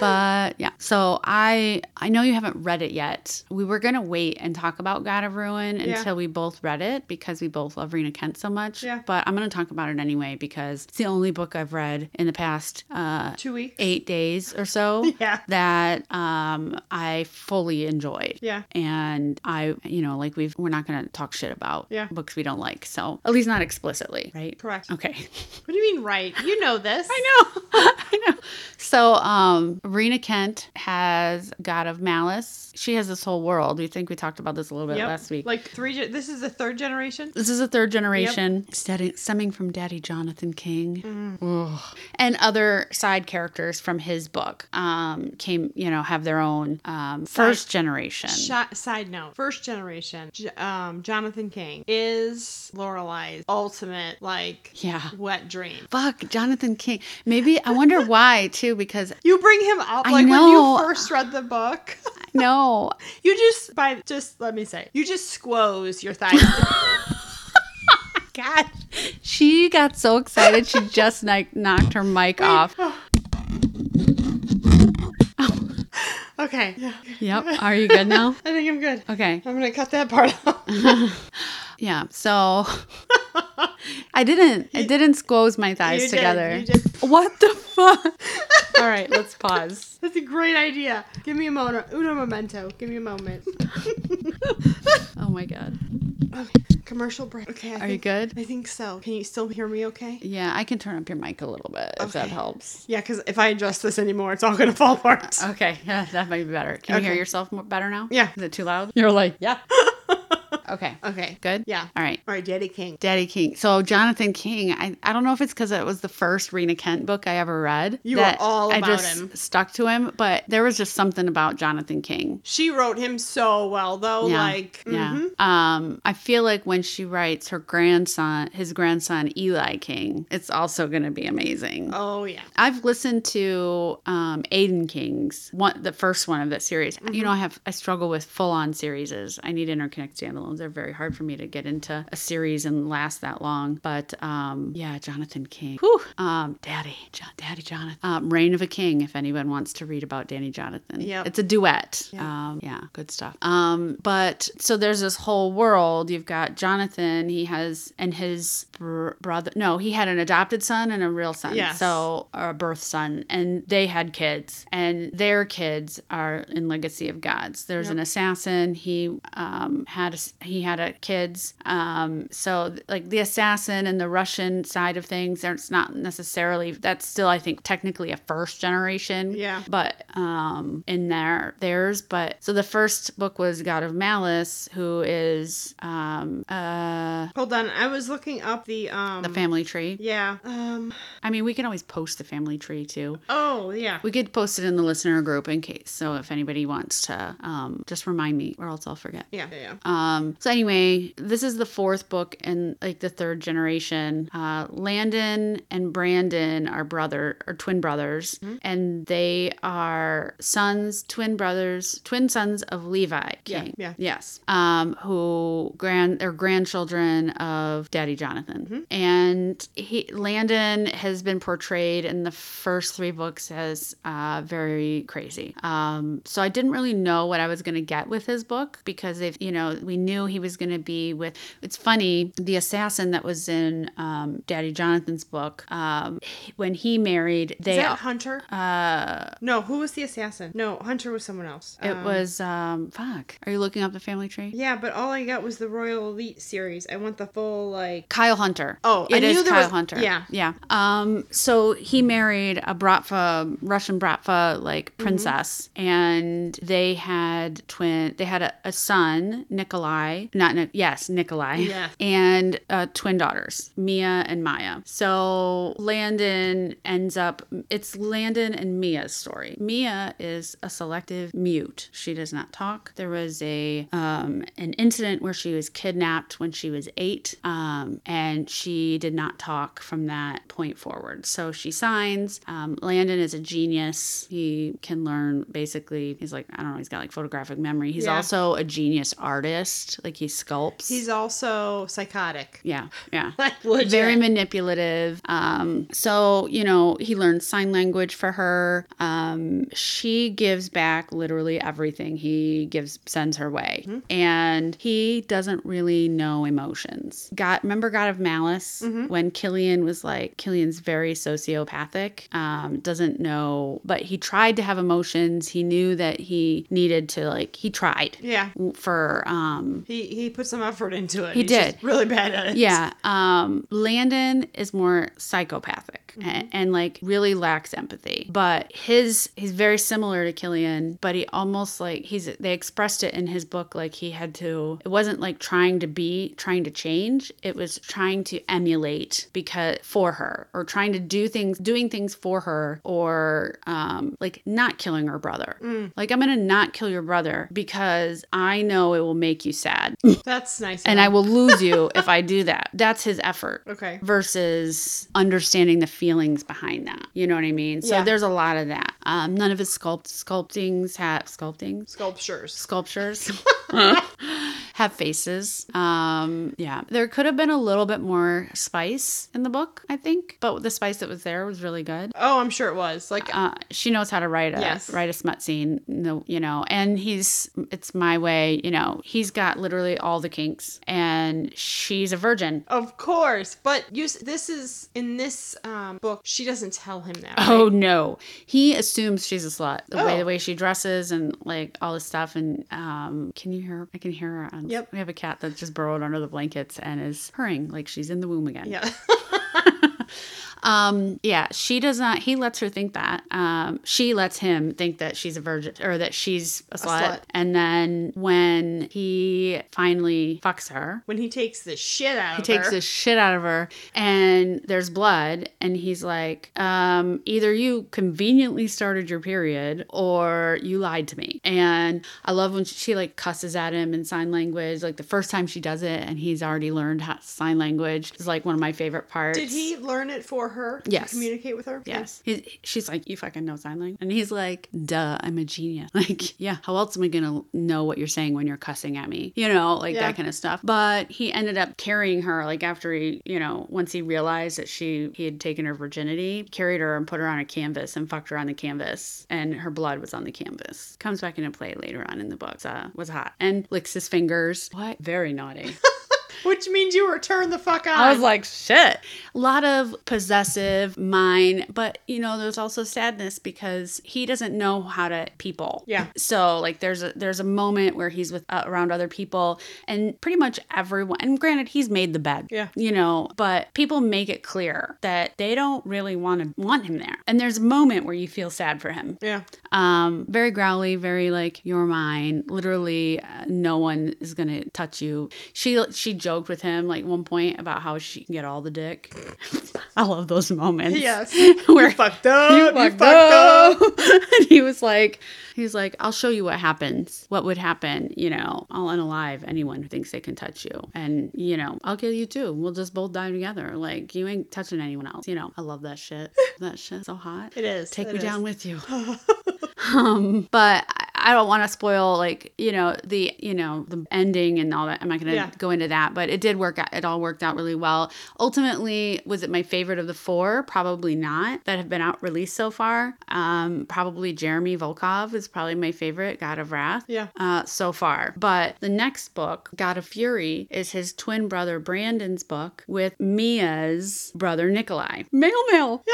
[SPEAKER 2] but yeah, so I I know you haven't read it yet. We were gonna wait and talk about God of Ruin
[SPEAKER 1] Yeah.
[SPEAKER 2] until we both read it because we both love Rena Kent so much.
[SPEAKER 1] Yeah.
[SPEAKER 2] But I'm gonna talk about it anyway because it's the only book I've read in the past uh,
[SPEAKER 1] Two weeks.
[SPEAKER 2] eight days or so
[SPEAKER 1] [laughs] Yeah.
[SPEAKER 2] that um, I fully enjoyed
[SPEAKER 1] Yeah.
[SPEAKER 2] and I, you know, like we've we're not gonna talk shit about
[SPEAKER 1] Yeah.
[SPEAKER 2] books we don't like, so at least not explicitly, right?
[SPEAKER 1] Correct.
[SPEAKER 2] Okay.
[SPEAKER 1] What do you mean, right? You know this. I
[SPEAKER 2] know, I know. [laughs] So, um, Rena Kent has God of Malice. She has this whole world. We think we talked about this a little bit last week.
[SPEAKER 1] Like three. Ge- this is the third generation.
[SPEAKER 2] This is a third generation stemming- stemming from Daddy Jonathan King
[SPEAKER 1] Mm-hmm.
[SPEAKER 2] Ugh. and other side characters from his book. Um, came you know have their own um, first generation.
[SPEAKER 1] Shot, side note: First generation, J- um, Jonathan King is Lorelai's ultimate like
[SPEAKER 2] yeah,
[SPEAKER 1] wet dream.
[SPEAKER 2] fuck Jonathan King. Maybe I wonder
[SPEAKER 1] [laughs]
[SPEAKER 2] why too because
[SPEAKER 1] You bring him up
[SPEAKER 2] I
[SPEAKER 1] like when you
[SPEAKER 2] know.
[SPEAKER 1] first read the book. [laughs]
[SPEAKER 2] no,
[SPEAKER 1] You just by just let me say you just squoze your thighs.
[SPEAKER 2] [laughs] God, she got so excited she just like knocked her
[SPEAKER 1] [gasps]
[SPEAKER 2] mic off.
[SPEAKER 1] Oh. okay, yeah.
[SPEAKER 2] Yep. Are you good [laughs] now?
[SPEAKER 1] I think I'm good.
[SPEAKER 2] Okay.
[SPEAKER 1] I'm gonna cut that part out.
[SPEAKER 2] Yeah. So I didn't. I didn't squoze my thighs
[SPEAKER 1] You did,
[SPEAKER 2] together.
[SPEAKER 1] you did.
[SPEAKER 2] What the fuck? [laughs] All right. Let's pause.
[SPEAKER 1] That's a great idea. Give me a moment. Uno momento. Give me a
[SPEAKER 2] [laughs]
[SPEAKER 1] moment.
[SPEAKER 2] Oh my god.
[SPEAKER 1] Okay. Commercial break. Okay. I
[SPEAKER 2] Are you
[SPEAKER 1] think-
[SPEAKER 2] good?
[SPEAKER 1] I think so. Can you still hear me? Okay.
[SPEAKER 2] Yeah. I can turn up your mic a little bit if that
[SPEAKER 1] Okay.
[SPEAKER 2] helps.
[SPEAKER 1] Yeah, because if I adjust this anymore, it's all gonna fall apart.
[SPEAKER 2] Uh, [laughs] Okay. Yeah. That might be better. Can you hear
[SPEAKER 1] Okay.
[SPEAKER 2] yourself more, better now?
[SPEAKER 1] Yeah.
[SPEAKER 2] Is it too loud? You're like yeah. [laughs] Okay.
[SPEAKER 1] Okay.
[SPEAKER 2] Good?
[SPEAKER 1] Yeah.
[SPEAKER 2] All right.
[SPEAKER 1] All right, Daddy King.
[SPEAKER 2] Daddy King. So Jonathan King, I, I don't know if it's because it was the first Rena Kent book I ever read.
[SPEAKER 1] You were
[SPEAKER 2] that
[SPEAKER 1] all
[SPEAKER 2] I
[SPEAKER 1] about
[SPEAKER 2] just
[SPEAKER 1] him.
[SPEAKER 2] stuck to him, but there was just something about Jonathan King.
[SPEAKER 1] She wrote him so well, though.
[SPEAKER 2] Yeah.
[SPEAKER 1] Like, mhm.
[SPEAKER 2] Yeah. Um, I feel like when she writes her grandson, his grandson Eli King, it's also going to be amazing.
[SPEAKER 1] Oh, yeah.
[SPEAKER 2] I've listened to um, Aiden King's one, the first one of that series. You
[SPEAKER 1] Mm-hmm.
[SPEAKER 2] know, I have I struggle with full on series. I need interconnect standalones. They're very hard for me to get into a series and last that long. But um, yeah, Jonathan King, Whew. um, Daddy, John, Daddy Jonathan, um, Reign of a King. If anyone wants to read about Danny Jonathan,
[SPEAKER 1] Yep.
[SPEAKER 2] it's a duet.
[SPEAKER 1] Yep.
[SPEAKER 2] Um, yeah, good stuff. Um, but so there's this whole world. You've got Jonathan. He has and his br- brother. No, he had an adopted son and a real son.
[SPEAKER 1] Yes.
[SPEAKER 2] So or a birth son and they had kids and their kids are in legacy of gods there's
[SPEAKER 1] Yep.
[SPEAKER 2] an assassin he um, had a, he had a kids um, so th- like the assassin and the russian side of things it's not necessarily that's still i think technically a first generation
[SPEAKER 1] Yeah.
[SPEAKER 2] but um in there theirs but so the first book was god of malice who is um uh
[SPEAKER 1] Hold on. I was looking up the. um
[SPEAKER 2] the family tree
[SPEAKER 1] Yeah. Um.
[SPEAKER 2] i mean we can always post the family tree too
[SPEAKER 1] Oh, yeah.
[SPEAKER 2] We could post it in the listener group in case. So if anybody wants to, um, just remind me, or else I'll forget.
[SPEAKER 1] Yeah. Yeah.
[SPEAKER 2] Um, so anyway, this is the fourth book in like the third generation. Uh, Landon and Brandon are brother or twin brothers,
[SPEAKER 1] Mm-hmm.
[SPEAKER 2] and they are sons, twin brothers, twin sons of Levi
[SPEAKER 1] Yeah,
[SPEAKER 2] King.
[SPEAKER 1] yeah.
[SPEAKER 2] Yes. Um, who grand or grandchildren of Daddy Jonathan,
[SPEAKER 1] Mm-hmm.
[SPEAKER 2] and he Landon has been portrayed in the first three books as uh, very crazy. Um, so I didn't really know what I was going to get with his book because if you know we knew he was going to be with. It's funny the assassin that was in um, Daddy Jonathan's book um, when he married
[SPEAKER 1] Is
[SPEAKER 2] they.
[SPEAKER 1] that Hunter?
[SPEAKER 2] uh,
[SPEAKER 1] No, who was the assassin? No, Hunter was someone else.
[SPEAKER 2] it
[SPEAKER 1] Um,
[SPEAKER 2] was um fuck. Are you looking up the family tree?
[SPEAKER 1] Yeah, but all I got was the Royal Elite series. I want the full like.
[SPEAKER 2] Kyle Hunter.
[SPEAKER 1] Oh, I
[SPEAKER 2] it is
[SPEAKER 1] knew there
[SPEAKER 2] Kyle
[SPEAKER 1] was-
[SPEAKER 2] Hunter.
[SPEAKER 1] yeah.
[SPEAKER 2] yeah. Um, so he married a Bratva, Russian Bratva like
[SPEAKER 1] Mm-hmm.
[SPEAKER 2] princess, and they had twin. They had a, a son, Nikolai. Not Ni- yes, Nikolai.
[SPEAKER 1] Yeah.
[SPEAKER 2] And uh, twin daughters, Mia and Maya. So Landon ends up. It's Landon and Mia's story. Mia is a selective mute. She does not talk. There was a um, an incident where she was kidnapped when she was eight, um, and she did not talk from that point forward. So she signs. Um, Landon is a genius. He can learn basically. He's like I don't know. He's got like photographic memory. He's
[SPEAKER 1] Yeah.
[SPEAKER 2] also a genius artist. Like he sculpts.
[SPEAKER 1] He's also psychotic. [laughs]
[SPEAKER 2] yeah, yeah.
[SPEAKER 1] Like legit.
[SPEAKER 2] Very manipulative. Um, so you know, he learns sign language for her. Um, she gives back literally everything he gives sends her way,
[SPEAKER 1] Mm-hmm.
[SPEAKER 2] and he doesn't really know emotions. God, remember God of Malice
[SPEAKER 1] Mm-hmm.
[SPEAKER 2] when Killian was like Killian's very sociopathic, um, doesn't know, but he tried to have emotions. He knew that he needed to like he tried
[SPEAKER 1] yeah.
[SPEAKER 2] for um
[SPEAKER 1] He he put some effort into it.
[SPEAKER 2] He
[SPEAKER 1] He's just
[SPEAKER 2] did.
[SPEAKER 1] really bad at it.
[SPEAKER 2] yeah. Um, Landon is more psychopathic a- and, like really lacks empathy. But his he's very similar to Killian, but he almost like he's they expressed it in his book like he had to. It wasn't like trying to be trying to change. It was trying to emulate because for her or trying to do things doing things for her or um, like not killing her brother. Like I'm gonna not kill your brother because I know it will make you sad
[SPEAKER 1] That's nice.
[SPEAKER 2] and I will lose you if I do that. That's his effort
[SPEAKER 1] Okay.
[SPEAKER 2] versus understanding the feelings behind that. You know what I mean? So
[SPEAKER 1] Yeah.
[SPEAKER 2] there's a lot of that. Um, none of his sculpt sculptings have sculptings
[SPEAKER 1] Sculptures.
[SPEAKER 2] sculptures [laughs] have faces. Um, yeah, there could have been a little bit more spice in the book, I think, but the spice that was there was really good
[SPEAKER 1] Oh, I'm sure it was. Like
[SPEAKER 2] uh, she knows how to write a
[SPEAKER 1] Yes.
[SPEAKER 2] write a smut scene, no- you know. And he's it's my way, you know. He's got literally all the kinks, and she's a virgin.
[SPEAKER 1] Of course, but you. s- This is in this um, book. She doesn't tell him that. right?
[SPEAKER 2] Oh no, he assumes she's a slut. The way
[SPEAKER 1] Oh.
[SPEAKER 2] the way she dresses and like all this stuff. And um, can you hear? her? I can hear her. On,
[SPEAKER 1] Yep.
[SPEAKER 2] We have a cat
[SPEAKER 1] [laughs]
[SPEAKER 2] that's just burrowed under the blankets and is purring like she's in the womb again.
[SPEAKER 1] Yeah.
[SPEAKER 2] Um, yeah, she does not. He lets her think that. Um, she lets him think that she's a virgin or that she's a slut.
[SPEAKER 1] slut.
[SPEAKER 2] And then when he finally fucks her,
[SPEAKER 1] When he takes the shit out
[SPEAKER 2] he
[SPEAKER 1] of
[SPEAKER 2] takes
[SPEAKER 1] her.
[SPEAKER 2] the shit out of her, and there's blood, and he's like, um, either you conveniently started your period or you lied to me. And I love when she, she like cusses at him in sign language. Like the first time she does it, and he's already learned how sign language is like one of my favorite parts.
[SPEAKER 1] Did he learn it for her?
[SPEAKER 2] Yes.
[SPEAKER 1] To communicate with her?
[SPEAKER 2] Yes. He, she's like, you fucking know sign language. And he's like, duh, I'm a genius. [laughs] Like, yeah, how else am I going to know what you're saying when you're cussing at me? You know, like
[SPEAKER 1] Yeah.
[SPEAKER 2] that kind of stuff. But he ended up carrying her, like, after he, you know, once he realized that she, he had taken her virginity, carried her and put her on a canvas and fucked her on the canvas. And her blood was on the canvas. Comes back into play later on in the book. Uh, was hot and licks his fingers. What? Very naughty.
[SPEAKER 1] Which means you were turned the fuck on.
[SPEAKER 2] I was like, shit. A lot of possessive mine, but you know, there's also sadness because he doesn't know how to people.
[SPEAKER 1] Yeah.
[SPEAKER 2] So like, there's a there's a moment where he's with uh, around other people, and pretty much everyone. And granted, he's made the bed.
[SPEAKER 1] Yeah.
[SPEAKER 2] You know, but people make it clear that they don't really want to want him there. And there's a moment where you feel sad for him.
[SPEAKER 1] yeah.
[SPEAKER 2] Um, very growly, very like you're mine. Literally, uh, no one is gonna touch you. She she joked with him like one point about how she can get all the dick. [laughs] I love those moments.
[SPEAKER 1] Yes.
[SPEAKER 2] [laughs] where
[SPEAKER 1] You fucked up. You fucked, up.
[SPEAKER 2] [laughs] and he was like, he's like, I'll show you what happens. What would happen? You know, I'll unalive anyone who thinks they can touch you, and you know, I'll kill you too. We'll just both die together. Like you ain't touching anyone else. You know, I love that shit. [laughs] that shit's so hot.
[SPEAKER 1] It is.
[SPEAKER 2] Take
[SPEAKER 1] It
[SPEAKER 2] me
[SPEAKER 1] is. [laughs]
[SPEAKER 2] down with you. um, but I- I don't want to spoil like you know the you know the ending and all that. I'm not going to
[SPEAKER 1] Yeah.
[SPEAKER 2] go into that, but it did work. out. It all worked out really well. Ultimately, was it my favorite of the four? Probably not that have been out released so far. Um, probably Jeremy Volkov is probably my favorite. God of Wrath
[SPEAKER 1] Yeah.
[SPEAKER 2] uh, so far. But the next book, God of Fury, is his twin brother Brandon's book with Mia's brother Nikolai. Mail, mail.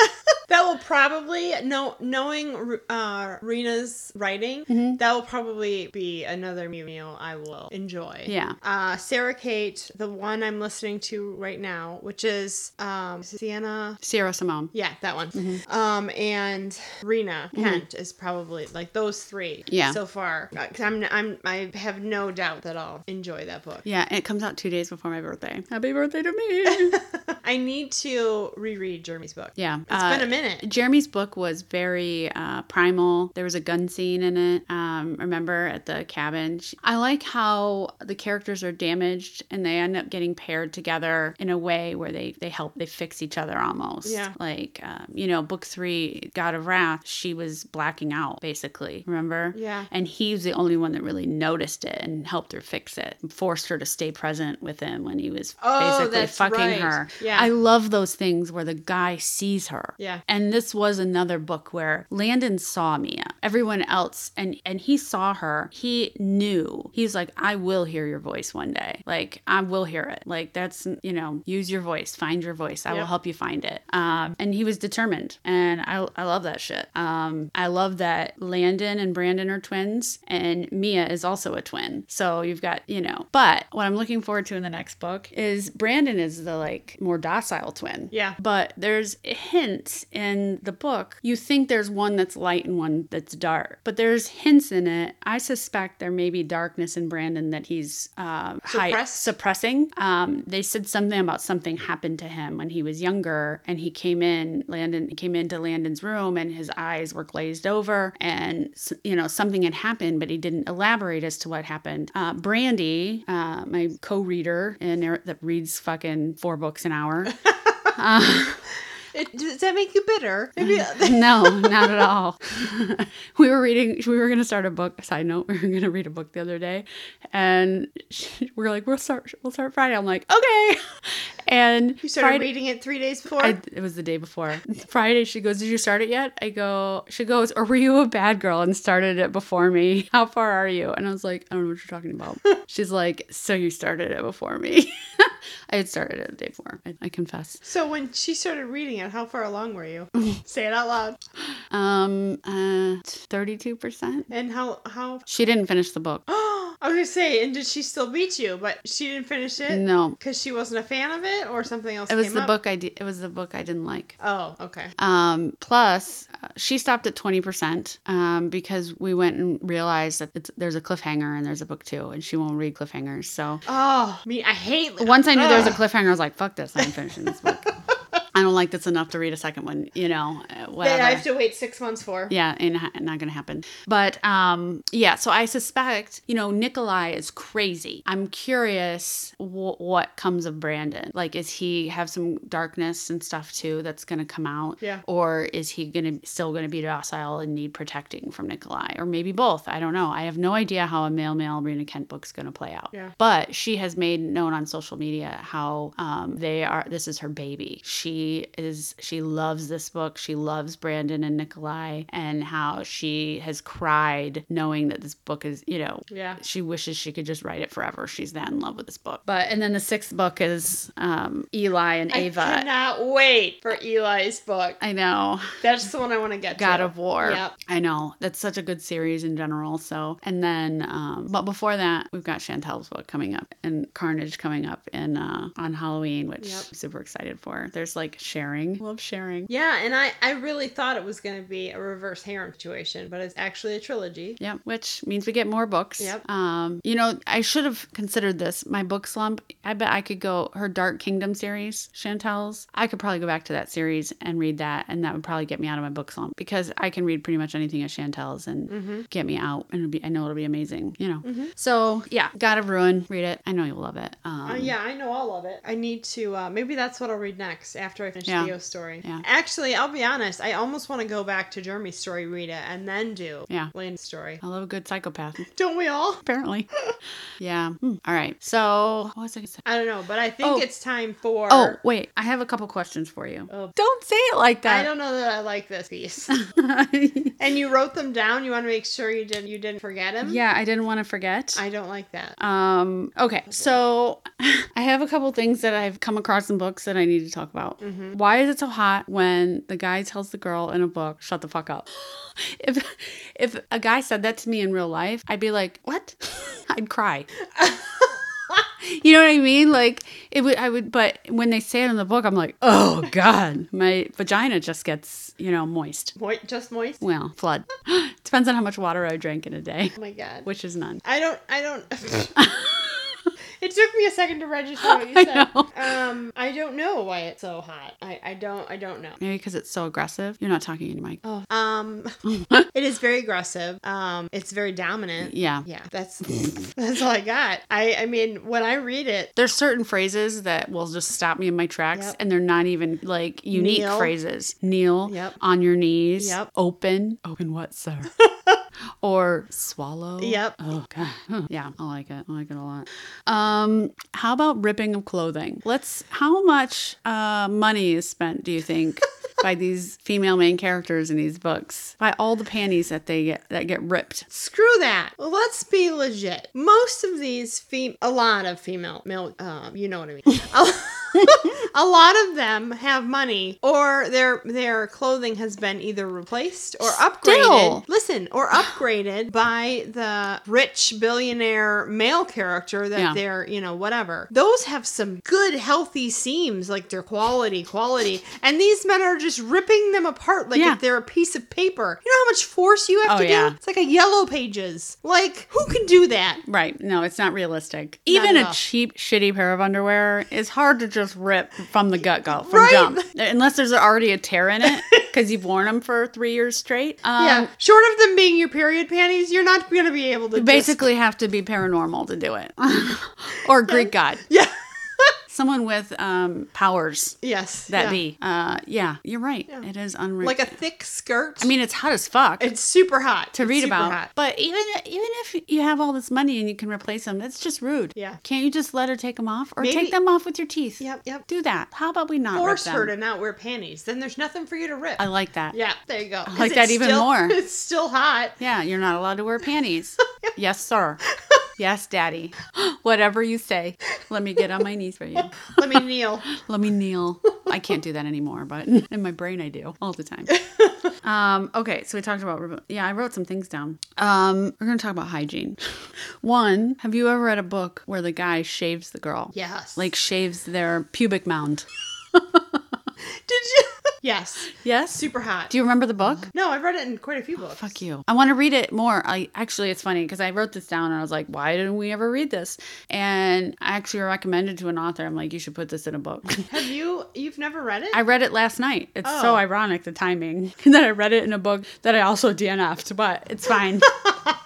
[SPEAKER 1] That will probably no knowing uh, Rena's writing.
[SPEAKER 2] Mm-hmm.
[SPEAKER 1] That will probably be another meal I will enjoy.
[SPEAKER 2] Yeah.
[SPEAKER 1] Uh, Sarah Kate, the one I'm listening to right now, which is um, Sienna.
[SPEAKER 2] Sarah Simone.
[SPEAKER 1] Yeah, that one.
[SPEAKER 2] Mm-hmm.
[SPEAKER 1] Um, and Rena Kent is probably like those three.
[SPEAKER 2] Yeah.
[SPEAKER 1] So far, Uh, 'cause I'm I'm I have no doubt that I'll enjoy that book.
[SPEAKER 2] Yeah, and it comes out two days before my birthday. Happy birthday to me.
[SPEAKER 1] I need to reread Jeremy's book.
[SPEAKER 2] yeah.
[SPEAKER 1] It's
[SPEAKER 2] uh,
[SPEAKER 1] been a minute.
[SPEAKER 2] Jeremy's book was very uh, primal. There was a gun scene in it. Um, remember at the cabin? She- I like how the characters are damaged and they end up getting paired together in a way where they they help, they fix each other almost.
[SPEAKER 1] Yeah.
[SPEAKER 2] Like um, you know, book three, God of Wrath. She was blacking out basically. Remember?
[SPEAKER 1] Yeah.
[SPEAKER 2] And he was the only one that really noticed it and helped her fix it, and forced her to stay present with him when he was
[SPEAKER 1] Oh,
[SPEAKER 2] basically
[SPEAKER 1] that's
[SPEAKER 2] fucking
[SPEAKER 1] right.
[SPEAKER 2] her.
[SPEAKER 1] Yeah.
[SPEAKER 2] I love those things where the guy sees her.
[SPEAKER 1] Yeah.
[SPEAKER 2] And this was another book where Landon saw Mia. Everyone else and and he saw her. He knew. He's like, I will hear your voice one day. Like I will hear it. Like that's you know, use your voice, find your voice. I will
[SPEAKER 1] Yep.
[SPEAKER 2] help you find it. Um, and he was determined, and I I love that shit. Um, I love that Landon and Brandon are twins, and Mia is also a twin. So you've got you know. But what I'm looking forward to in the next book is Brandon is the like more docile twin.
[SPEAKER 1] Yeah.
[SPEAKER 2] But there's hints in the book. You think there's one that's light and one that's dark, but there's hints in it. I suspect there may be darkness in Brandon that he's uh, hide-
[SPEAKER 1] Suppressed?
[SPEAKER 2] suppressing. Um, they said something about something happened to him when he was younger, and he came in. Landon he came into Landon's room, and his eyes were glazed over, and s- you know something had happened, but he didn't elaborate as to what happened. Uh, Brandy, uh, my co-reader, and that reads fucking four books an hour.
[SPEAKER 1] It, does that make you bitter? Maybe
[SPEAKER 2] no, not at all. [laughs] we were reading, we were going to start a book. Side note, [laughs] we were going to read a book the other day, and [laughs] she, we're like, we'll start, we'll start Friday. I'm like, okay. [laughs] And
[SPEAKER 1] [laughs] you started
[SPEAKER 2] Friday,
[SPEAKER 1] reading it three days before.
[SPEAKER 2] I, it was the day before Friday. She goes, "Did you start it yet?" I go, "She goes, or were you a bad girl and started it before me? [laughs] How far are you?" And I was like, "I don't know what you're
[SPEAKER 1] [laughs]
[SPEAKER 2] talking about." She's like, "So you started it before me?" [laughs] I had started it the day before. I, I confess.
[SPEAKER 1] So when she started reading it, how far along were
[SPEAKER 2] [laughs]
[SPEAKER 1] you? Say it out loud.
[SPEAKER 2] Um, uh, thirty-two percent.
[SPEAKER 1] And how [gasps] how
[SPEAKER 2] She didn't finish the book.
[SPEAKER 1] I was gonna say, and did she still beat you? But she didn't finish it
[SPEAKER 2] No,
[SPEAKER 1] because she wasn't a fan of it, or something else.
[SPEAKER 2] it was
[SPEAKER 1] came
[SPEAKER 2] the
[SPEAKER 1] up?
[SPEAKER 2] book I di- it was the book I didn't like.
[SPEAKER 1] Oh, okay.
[SPEAKER 2] Um, plus, uh, she stopped at 20% um, because we went and realized that it's, there's a cliffhanger and there's a book too, and she won't read cliffhangers. So
[SPEAKER 1] Oh, me, I hate.
[SPEAKER 2] once I knew there was a
[SPEAKER 1] Ugh.
[SPEAKER 2] cliffhanger, I was like, fuck this, I'm finishing this book. I don't like this enough to read a second one, you know, uh,
[SPEAKER 1] that
[SPEAKER 2] whatever.
[SPEAKER 1] I have to wait six months for.
[SPEAKER 2] Yeah, and ha- not going to happen. But um, yeah, so I suspect, you know, Nikolai is crazy. I'm curious w- what comes of Brandon. Like, is he have some darkness and stuff too that's going to come out?
[SPEAKER 1] Yeah.
[SPEAKER 2] Or is he going to still going to be docile and need protecting from Nikolai? Or maybe both. I don't know. I have no idea how a male male Rena Kent book's going to play out.
[SPEAKER 1] Yeah.
[SPEAKER 2] But she has made known on social media how um, they are. This is her baby. She is. She loves this book. She loves Brandon and Nikolai, and how she has cried knowing that this book is. You know,
[SPEAKER 1] Yeah.
[SPEAKER 2] she wishes she could just write it forever. She's that in love with this book. But and then the sixth book is um, Eli and Ava.
[SPEAKER 1] I cannot wait for Eli's book.
[SPEAKER 2] I know.
[SPEAKER 1] That's the one I want to get.
[SPEAKER 2] God
[SPEAKER 1] to.
[SPEAKER 2] of War.
[SPEAKER 1] Yep.
[SPEAKER 2] I know. That's such a good series in general. So, and then, um, but before that, we've got Chantel's book coming up and Carnage coming up in uh, on Halloween, which
[SPEAKER 1] Yep.
[SPEAKER 2] I'm super excited for. There's like sharing. Love sharing.
[SPEAKER 1] Yeah, and I I really thought it was going to be a reverse harem situation, but it's actually a trilogy.
[SPEAKER 2] Yeah, which means we get more books.
[SPEAKER 1] Yep.
[SPEAKER 2] Um, you know, I should have considered this. My book slump. I bet I could go her Dark Kingdom series, Chantel's. I could probably go back to that series and read that, and that would probably get me out of my book slump because I can read pretty much anything at Chantel's and
[SPEAKER 1] Mm-hmm.
[SPEAKER 2] get me out and it'll be i know it'll be amazing you know
[SPEAKER 1] Mhm.
[SPEAKER 2] so yeah god of ruin read it i know you'll love it um
[SPEAKER 1] Uh, yeah, I know all of it. I need to. Uh, maybe that's what I'll read next after I finish
[SPEAKER 2] Yeah.
[SPEAKER 1] Theo's story.
[SPEAKER 2] Yeah.
[SPEAKER 1] Actually, I'll be honest. I almost want to go back to Jeremy's story, Rita, and then do
[SPEAKER 2] Yeah.
[SPEAKER 1] Land's story.
[SPEAKER 2] i love a good psychopath [laughs]
[SPEAKER 1] Don't we all? [laughs]
[SPEAKER 2] apparently yeah Hmm. all right so what was i gonna say
[SPEAKER 1] I don't know, but I think
[SPEAKER 2] Oh.
[SPEAKER 1] it's time for.
[SPEAKER 2] oh wait i have a couple questions for you
[SPEAKER 1] Oh.
[SPEAKER 2] don't say it like
[SPEAKER 1] I
[SPEAKER 2] that
[SPEAKER 1] don't know that I like this piece.
[SPEAKER 2] don't
[SPEAKER 1] and you wrote them down. You want to make sure you didn't you didn't forget him.
[SPEAKER 2] [laughs] yeah i didn't want to forget
[SPEAKER 1] I don't like that.
[SPEAKER 2] um okay so [laughs] i have a couple things that i've come across in books that i need to talk about
[SPEAKER 1] Mm-hmm.
[SPEAKER 2] Why is it so hot when the guy tells the girl in a book, "Shut the fuck up"? [laughs] If if a guy said that to me in real life, I'd be like, "What?" [laughs] I'd cry. You know what I mean? Like it would. I would. But when they say it in the book, I'm like, "Oh God, my vagina just gets you know moist."
[SPEAKER 1] Moist, just moist. Oh
[SPEAKER 2] Well, flood. [gasps] Depends on how much water I drank in a day,
[SPEAKER 1] my god.
[SPEAKER 2] which is none.
[SPEAKER 1] I don't. I
[SPEAKER 2] [laughs]
[SPEAKER 1] don't. [laughs] it took me a second to register what you
[SPEAKER 2] I
[SPEAKER 1] said.
[SPEAKER 2] know.
[SPEAKER 1] Um, I don't know why it's so hot. I, I don't. I don't know.
[SPEAKER 2] Maybe because it's so aggressive. You're not talking to Mike.
[SPEAKER 1] Oh,
[SPEAKER 2] [laughs]
[SPEAKER 1] um, it is very aggressive. Um, it's very dominant.
[SPEAKER 2] Yeah.
[SPEAKER 1] Yeah, that's [laughs] that's all I got. I I mean, when I read it,
[SPEAKER 2] there's certain phrases that will just stop me in my tracks
[SPEAKER 1] Yep.
[SPEAKER 2] and they're not even like unique
[SPEAKER 1] Kneel.
[SPEAKER 2] phrases kneel
[SPEAKER 1] Yep.
[SPEAKER 2] on your knees
[SPEAKER 1] Yep.
[SPEAKER 2] open open
[SPEAKER 1] [laughs]
[SPEAKER 2] what sir or swallow
[SPEAKER 1] Yep.
[SPEAKER 2] oh god [laughs] Huh. yeah i like it i like it a lot um how about ripping of clothing let's how much uh money is spent do you
[SPEAKER 1] [laughs]
[SPEAKER 2] think by these female main characters in these books by all the panties that they get that get ripped
[SPEAKER 1] screw that. Let's be legit. Most of these fem, a lot of female, male, um, you know what I
[SPEAKER 2] [laughs]
[SPEAKER 1] mean. [laughs] A lot of them have money, or their their clothing has been either replaced or upgraded.
[SPEAKER 2] Still.
[SPEAKER 1] Listen, or upgraded [sighs] by the rich billionaire male character that
[SPEAKER 2] Yeah.
[SPEAKER 1] they're you know whatever. Those have some good healthy seams, like they're quality, quality, and these men are just ripping them apart like
[SPEAKER 2] Yeah.
[SPEAKER 1] if they're a piece of paper. You know how much force you have
[SPEAKER 2] Oh,
[SPEAKER 1] to
[SPEAKER 2] yeah.
[SPEAKER 1] do. It's like a yellow pages. Like who can do that?
[SPEAKER 2] Right. No, it's not realistic. Even a
[SPEAKER 1] enough.
[SPEAKER 2] cheap, shitty pair of underwear is hard to just rip from the gut go, from
[SPEAKER 1] Right.
[SPEAKER 2] jump, unless there's already a tear in it because you've worn them for three years straight. Um,
[SPEAKER 1] yeah, short of them being your period panties, you're not going to be able to
[SPEAKER 2] You
[SPEAKER 1] just-
[SPEAKER 2] basically have to be paranormal to do it, or Greek god,
[SPEAKER 1] [laughs] yeah.
[SPEAKER 2] someone with um, powers
[SPEAKER 1] Yes.
[SPEAKER 2] that
[SPEAKER 1] yeah.
[SPEAKER 2] be. Uh, yeah, you're right. It is unreal.
[SPEAKER 1] like a thick skirt.
[SPEAKER 2] I mean, it's hot as fuck.
[SPEAKER 1] it's super hot
[SPEAKER 2] to
[SPEAKER 1] It's
[SPEAKER 2] read
[SPEAKER 1] super
[SPEAKER 2] about.
[SPEAKER 1] hot.
[SPEAKER 2] But even even if you have all this money and you can replace them, that's just rude.
[SPEAKER 1] Yeah.
[SPEAKER 2] Can't you just let her take them off, or
[SPEAKER 1] Maybe-
[SPEAKER 2] take them off with your teeth?
[SPEAKER 1] Yep, yep.
[SPEAKER 2] Do that. How about we not
[SPEAKER 1] Force
[SPEAKER 2] rip
[SPEAKER 1] her
[SPEAKER 2] them?
[SPEAKER 1] to not wear panties. Then there's nothing for you to rip.
[SPEAKER 2] I like that. Yeah.
[SPEAKER 1] yeah, there you go. I [laughs]
[SPEAKER 2] like that even more.
[SPEAKER 1] It's still hot. [laughs]
[SPEAKER 2] you're not allowed to wear panties. yes, sir. Yes, daddy. [gasps] Whatever you say. Let me get on my knees for you.
[SPEAKER 1] Let me
[SPEAKER 2] [laughs]
[SPEAKER 1] kneel.
[SPEAKER 2] Let me kneel. I can't do that anymore, but [laughs] in my brain I do all the time.
[SPEAKER 1] [laughs]
[SPEAKER 2] Um, okay, so we talked about rebe- yeah, I wrote some things down. Um, we're gonna talk about hygiene. One, have you ever read a book where the guy shaves the girl?
[SPEAKER 1] Yes.
[SPEAKER 2] Like shaves their pubic mound.
[SPEAKER 1] [laughs] did you? [laughs] Yes.
[SPEAKER 2] Yes.
[SPEAKER 1] Super hot.
[SPEAKER 2] Do you remember the book?
[SPEAKER 1] no, I've read it in quite a few books.
[SPEAKER 2] Fuck you. I want to read it more. I actually, it's funny because I wrote this down and I was like, why didn't we ever read this? And I actually recommended to an author. I'm like, you should put this in a book. [laughs]
[SPEAKER 1] Have you? You've never read it?
[SPEAKER 2] I read it last night. It's
[SPEAKER 1] Oh.
[SPEAKER 2] so ironic the timing [laughs] that I read it in a book that I also DNF'd, but
[SPEAKER 1] [laughs]
[SPEAKER 2] it's fine. [laughs]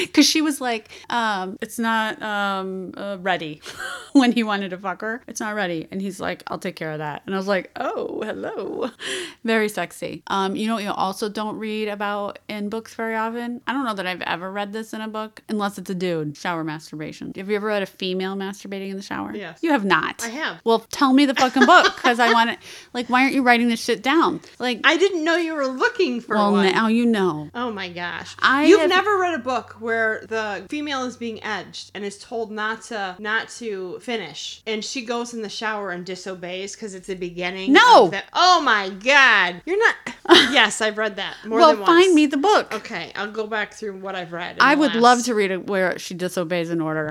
[SPEAKER 2] Because she was like, um, it's not um, uh, ready [laughs] when he wanted to fuck her. It's not ready. And he's like, I'll take care of that. And I was like, oh, hello. [laughs] Very sexy. Um, you know what you also don't read about in books very often? I don't know that I've ever read this in a book, unless it's a dude. Shower masturbation. Have you ever read a female masturbating in the shower?
[SPEAKER 1] Yes.
[SPEAKER 2] You have not.
[SPEAKER 1] I have.
[SPEAKER 2] Well, tell me the fucking book because I want it. Like, why aren't you writing this shit down? Like,
[SPEAKER 1] I didn't know you were looking for
[SPEAKER 2] well,
[SPEAKER 1] one.
[SPEAKER 2] now you know.
[SPEAKER 1] Oh my gosh.
[SPEAKER 2] I
[SPEAKER 1] You've
[SPEAKER 2] have-
[SPEAKER 1] never read a book where the female is being edged and is told not to not to finish and she goes in the shower and disobeys cuz it's the beginning.
[SPEAKER 2] No.
[SPEAKER 1] of the- oh my god. You're
[SPEAKER 2] [laughs]
[SPEAKER 1] not Yes, I've read that more
[SPEAKER 2] well,
[SPEAKER 1] than once.
[SPEAKER 2] find me the book.
[SPEAKER 1] Okay, I'll go back through what I've read. in
[SPEAKER 2] I
[SPEAKER 1] the
[SPEAKER 2] would
[SPEAKER 1] last-
[SPEAKER 2] love to read it where she disobeys
[SPEAKER 1] [laughs]
[SPEAKER 2] an order.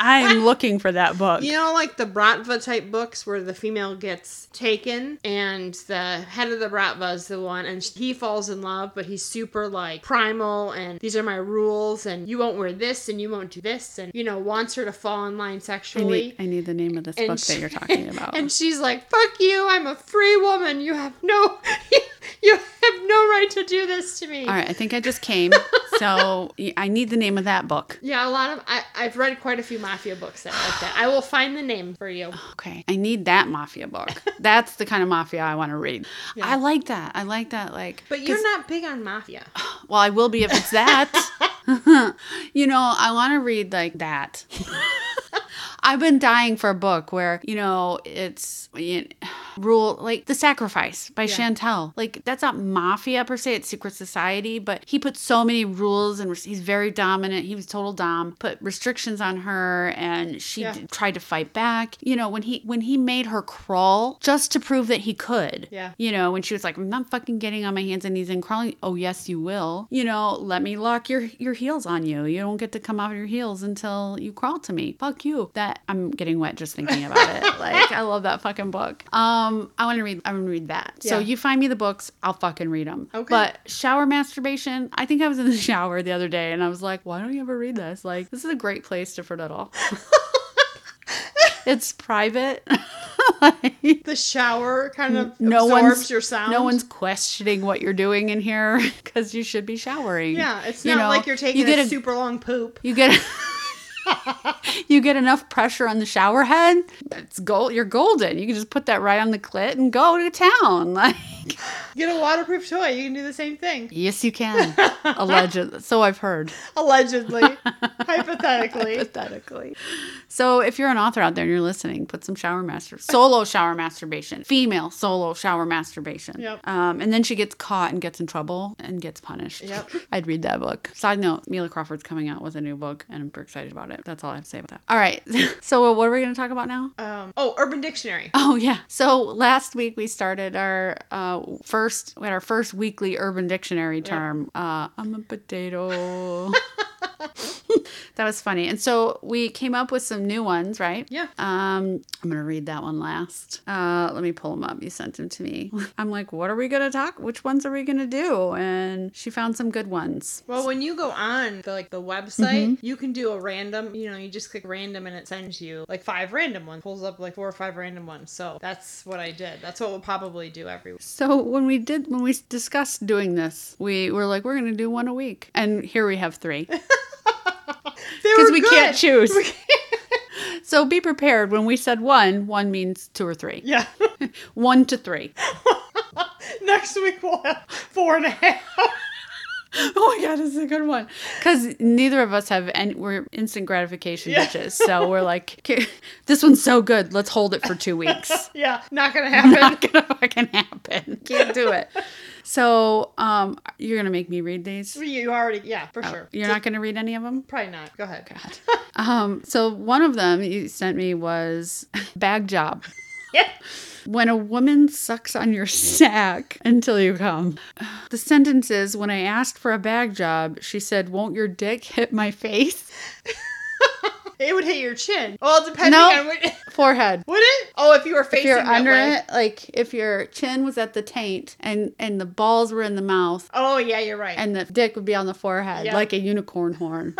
[SPEAKER 2] I'm looking for that book.
[SPEAKER 1] You know, like the Bratva type books where the female gets taken and the head of the Bratva is the one and he falls in love, but he's super like primal and these are my rules and you won't wear this and you won't do this and, you know, wants her to fall in line
[SPEAKER 2] I need,
[SPEAKER 1] sexually.
[SPEAKER 2] I need the name of this
[SPEAKER 1] And
[SPEAKER 2] book that
[SPEAKER 1] she- [laughs]
[SPEAKER 2] you're talking about.
[SPEAKER 1] And she's like, fuck you, I'm a free woman. You have no, [laughs] you have no right to do this to me.
[SPEAKER 2] All right, I think I
[SPEAKER 1] [laughs]
[SPEAKER 2] just came. so y- I need the name of that book.
[SPEAKER 1] Yeah, a lot of, I, I've read quite a few mafia books that are like that. I will find the name for you.
[SPEAKER 2] Okay, I need that mafia book.
[SPEAKER 1] [laughs]
[SPEAKER 2] That's the kind of mafia I want to read.
[SPEAKER 1] Yeah.
[SPEAKER 2] I like that. I like that. Like,
[SPEAKER 1] But
[SPEAKER 2] 'cause-
[SPEAKER 1] you're not big on mafia.
[SPEAKER 2] Well, I will be if
[SPEAKER 1] [laughs]
[SPEAKER 2] it's that. you know, I want to read
[SPEAKER 1] [laughs]
[SPEAKER 2] like that. I've been dying for a book where, you know, it's you rule like The Sacrifice by
[SPEAKER 1] Yeah.
[SPEAKER 2] Chantel. Like that's not mafia per se, it's secret society, but he put so many rules and res- he's very dominant. He was total dom, put restrictions on her and she
[SPEAKER 1] Yeah.
[SPEAKER 2] d- tried to fight back. You know, when he when he made her crawl just to prove that he could.
[SPEAKER 1] Yeah.
[SPEAKER 2] You know, when she was like, I'm not fucking getting on my hands and knees and crawling. Oh, yes, you will. You know, let me lock your, your heels on you. You don't get to come off your heels until you crawl to me. Fuck you. That I'm getting wet just thinking about it.
[SPEAKER 1] [laughs]
[SPEAKER 2] Like, I love that fucking book. Um, I want to read, I want to read that. So
[SPEAKER 1] Yeah.
[SPEAKER 2] you find me the books, I'll fucking read them.
[SPEAKER 1] Okay.
[SPEAKER 2] But shower masturbation, I think I was in the [laughs] shower the other day and I was like, why don't you ever read this? Like, this is a great place to
[SPEAKER 1] [laughs]
[SPEAKER 2] forniddle. it's private. [laughs] Like-
[SPEAKER 1] the shower kind of
[SPEAKER 2] no
[SPEAKER 1] absorbs
[SPEAKER 2] one's
[SPEAKER 1] your sound.
[SPEAKER 2] No one's questioning what you're doing in here [laughs] because you should be showering.
[SPEAKER 1] Yeah, it's
[SPEAKER 2] You
[SPEAKER 1] not
[SPEAKER 2] know,
[SPEAKER 1] like you're taking
[SPEAKER 2] you get
[SPEAKER 1] a,
[SPEAKER 2] a-
[SPEAKER 1] super long poop.
[SPEAKER 2] You get [laughs] you get enough pressure on the shower head. It's gold. You're golden. You can just put that right on the clit and go to town. [laughs] Like
[SPEAKER 1] Get a waterproof toy. You can do the same thing.
[SPEAKER 2] yes, you can. [laughs] Alleged. So I've heard. [laughs]
[SPEAKER 1] Allegedly, hypothetically.
[SPEAKER 2] hypothetically. So if you're an author out there and you're listening, put some shower master solo shower masturbation, female solo shower masturbation.
[SPEAKER 1] Yep.
[SPEAKER 2] Um, and then she gets caught and gets in trouble and gets punished.
[SPEAKER 1] Yep.
[SPEAKER 2] [laughs] I'd read that book. Side note: Mila Crawford's coming out with a new book, and I'm excited about it. That's all I have to say about that. All right. [laughs] so what are we going to talk about now?
[SPEAKER 1] Um, oh, Urban Dictionary.
[SPEAKER 2] Oh yeah. So last week we started our uh, first we had our first weekly Urban Dictionary term. Uh, I'm a potato. [laughs] that was funny. And so we came up with some new ones, right?
[SPEAKER 1] Yeah.
[SPEAKER 2] Um, I'm gonna read that one last. Uh, let me pull them up. You sent them to me. [laughs] I'm like, what are we gonna talk? Which ones are we gonna do? And she found some good ones.
[SPEAKER 1] Well, when you go on the, like the website,
[SPEAKER 2] Mm-hmm.
[SPEAKER 1] you can do a random. You know, you just click random and it sends you like five random ones. Pulls up like four or five random ones. So that's what I did. That's what we'll probably do every week.
[SPEAKER 2] So when we did when we discussed doing this, we were like, we're gonna do one a week, and here we have three. because we can't choose. [laughs] so be prepared. When we said one, one means two or three.
[SPEAKER 1] Yeah. [laughs]
[SPEAKER 2] One to three.
[SPEAKER 1] Next week we'll have four and a half.
[SPEAKER 2] [laughs] Oh my god, this is a good one. Because neither of us have any. We're instant gratification
[SPEAKER 1] Yeah.
[SPEAKER 2] bitches, so we're like, [laughs] "Okay, this one's so good, let's hold it for [laughs] two weeks.
[SPEAKER 1] yeah, not gonna happen.
[SPEAKER 2] [laughs] Not gonna fucking happen. Can't do it. So, um, you're gonna make me read these.
[SPEAKER 1] you already, yeah, for
[SPEAKER 2] Oh,
[SPEAKER 1] sure.
[SPEAKER 2] You're not gonna read any of them.
[SPEAKER 1] Probably not. Go ahead.
[SPEAKER 2] God. Um, so one of them you sent me was [laughs] bag job.
[SPEAKER 1] [laughs] Yeah.
[SPEAKER 2] When a woman sucks on your sack until you come. The sentence is when I asked for a bag job, she said, Won't your dick hit my face?
[SPEAKER 1] It would hit your chin. Well, depending
[SPEAKER 2] No.
[SPEAKER 1] on [laughs] what.
[SPEAKER 2] Forehead.
[SPEAKER 1] Would it? Oh, if you were
[SPEAKER 2] If
[SPEAKER 1] facing
[SPEAKER 2] you're
[SPEAKER 1] that
[SPEAKER 2] under
[SPEAKER 1] way.
[SPEAKER 2] it, like if your chin was at the taint and and the balls were in the mouth
[SPEAKER 1] Oh yeah, you're right.
[SPEAKER 2] and the dick would be on the forehead,
[SPEAKER 1] Yeah.
[SPEAKER 2] like a
[SPEAKER 1] [laughs]
[SPEAKER 2] unicorn horn.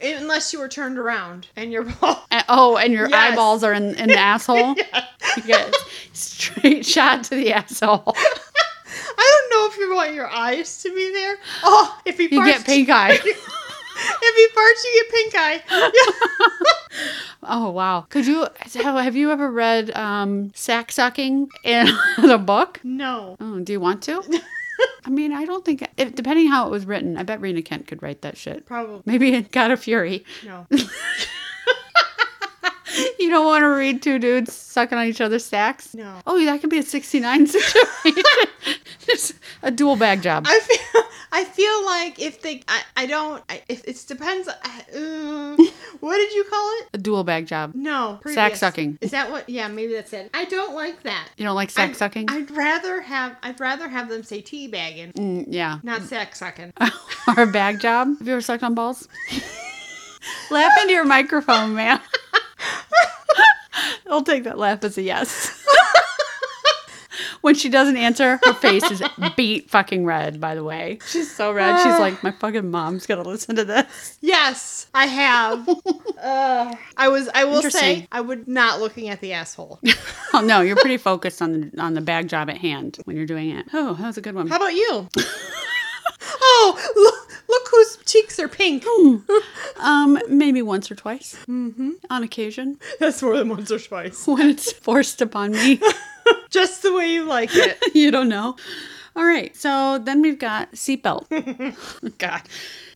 [SPEAKER 1] Unless you were turned around and your [laughs] ball.
[SPEAKER 2] And- oh, and your
[SPEAKER 1] Yes.
[SPEAKER 2] eyeballs are in, in
[SPEAKER 1] [laughs]
[SPEAKER 2] the asshole. You get straight [laughs] shot to the asshole.
[SPEAKER 1] I don't know if you want your eyes to be there. Oh, if he
[SPEAKER 2] You
[SPEAKER 1] farts,
[SPEAKER 2] get pink eye.
[SPEAKER 1] [laughs] if he farts, you get pink eye. Yeah. [laughs]
[SPEAKER 2] Oh wow! Could you have, have you ever read um, sack sucking in [laughs] a book?
[SPEAKER 1] No.
[SPEAKER 2] Oh, do you want to? I mean, I don't think if, depending how it was written, I bet Rena Kent could write that shit.
[SPEAKER 1] Probably
[SPEAKER 2] Maybe it got a fury. [laughs]
[SPEAKER 1] no.
[SPEAKER 2] You don't want to read two dudes sucking on each other's sacks.
[SPEAKER 1] No.
[SPEAKER 2] Oh, that could be a '69 [laughs] situation. Just a dual bag job. [laughs]
[SPEAKER 1] I feel I feel like if they I, I don't I, if it depends I,
[SPEAKER 2] [laughs]
[SPEAKER 1] uh, what did you call it?
[SPEAKER 2] A dual bag job.
[SPEAKER 1] No,
[SPEAKER 2] Sack
[SPEAKER 1] previous.
[SPEAKER 2] sucking.
[SPEAKER 1] Is that what? Yeah, maybe that's it. I don't like that.
[SPEAKER 2] You don't like sack
[SPEAKER 1] I'd-
[SPEAKER 2] sucking?
[SPEAKER 1] I'd rather have I'd rather have them say teabagging,
[SPEAKER 2] Mm, Oh. yeah.
[SPEAKER 1] not sack sucking.
[SPEAKER 2] [laughs] or a bag job. Have you ever sucked on balls? [laughs] laugh into your microphone, man. [laughs] I'll take that laugh as a yes. [laughs] when she doesn't answer, her face is beat fucking red, by the way. She's so red. She's like, my fucking mom's going to listen to this. [laughs]
[SPEAKER 1] Yes, I have. uh, I was I will say
[SPEAKER 2] Interesting.
[SPEAKER 1] I would not looking at the
[SPEAKER 2] [laughs]
[SPEAKER 1] asshole.
[SPEAKER 2] Oh, no, you're pretty focused on the, on the bag job at hand when you're doing it. Oh, that was a good one.
[SPEAKER 1] How about
[SPEAKER 2] [laughs]
[SPEAKER 1] you? oh, look, look whose cheeks are pink.
[SPEAKER 2] Hmm. Um, maybe once or twice on occasion [laughs]
[SPEAKER 1] That's more than once or twice.
[SPEAKER 2] when it's forced upon me. [laughs]
[SPEAKER 1] Just the way you like it.
[SPEAKER 2] you don't know. All right. So then we've got seatbelt. God.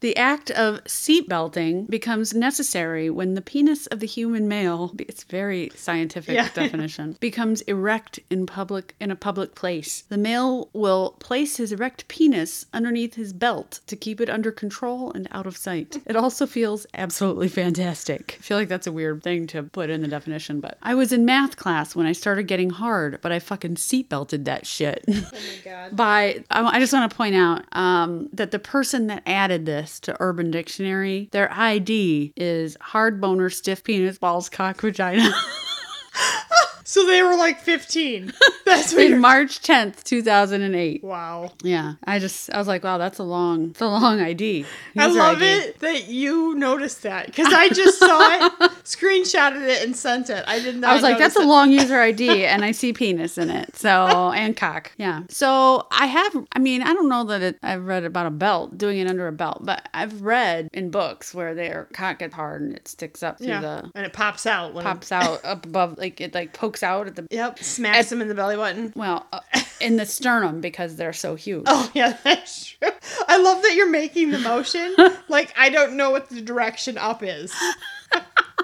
[SPEAKER 2] The act of seatbelting becomes necessary when the penis of the human male, it's very scientific
[SPEAKER 1] Yeah.
[SPEAKER 2] definition, becomes erect in public in a public place. The male will place his erect penis underneath his belt to keep it under control and out of sight. It also feels absolutely fantastic. I feel like that's a weird thing to put in the definition, but I was in math class when I started getting hard, but I fucking seatbelted that shit. [laughs]
[SPEAKER 1] Oh my god.
[SPEAKER 2] by I, I just want to point out um, that the person that added this to urban dictionary their id is hard boner stiff penis balls cock [laughs] vagina
[SPEAKER 1] So they were like
[SPEAKER 2] [laughs]
[SPEAKER 1] 15. That's
[SPEAKER 2] in
[SPEAKER 1] weird.
[SPEAKER 2] march 10th 2008
[SPEAKER 1] wow.
[SPEAKER 2] yeah i just i was like wow that's a long it's a long id
[SPEAKER 1] I
[SPEAKER 2] User
[SPEAKER 1] love
[SPEAKER 2] ID.
[SPEAKER 1] it that you noticed that because I just
[SPEAKER 2] [laughs]
[SPEAKER 1] saw it, screenshotted it, and sent it. I did not.
[SPEAKER 2] I was like, that's a
[SPEAKER 1] notice [laughs]
[SPEAKER 2] long user ID, and I see penis in it. So, and cock. Yeah. So, I have, I mean, I don't know that it, I've read about a belt, doing it under a belt, but I've read in books where their cock gets hard and it sticks up
[SPEAKER 1] it.
[SPEAKER 2] through the,
[SPEAKER 1] and it pops out when
[SPEAKER 2] pops out up above, like it like pokes out at the,
[SPEAKER 1] It, yep, smacks him in the belly button. [laughs]
[SPEAKER 2] well, uh, in the sternum because they're so huge.
[SPEAKER 1] Oh yeah, that's true. I love that you're making the
[SPEAKER 2] [laughs]
[SPEAKER 1] motion. like I don't know what the direction up is. [laughs]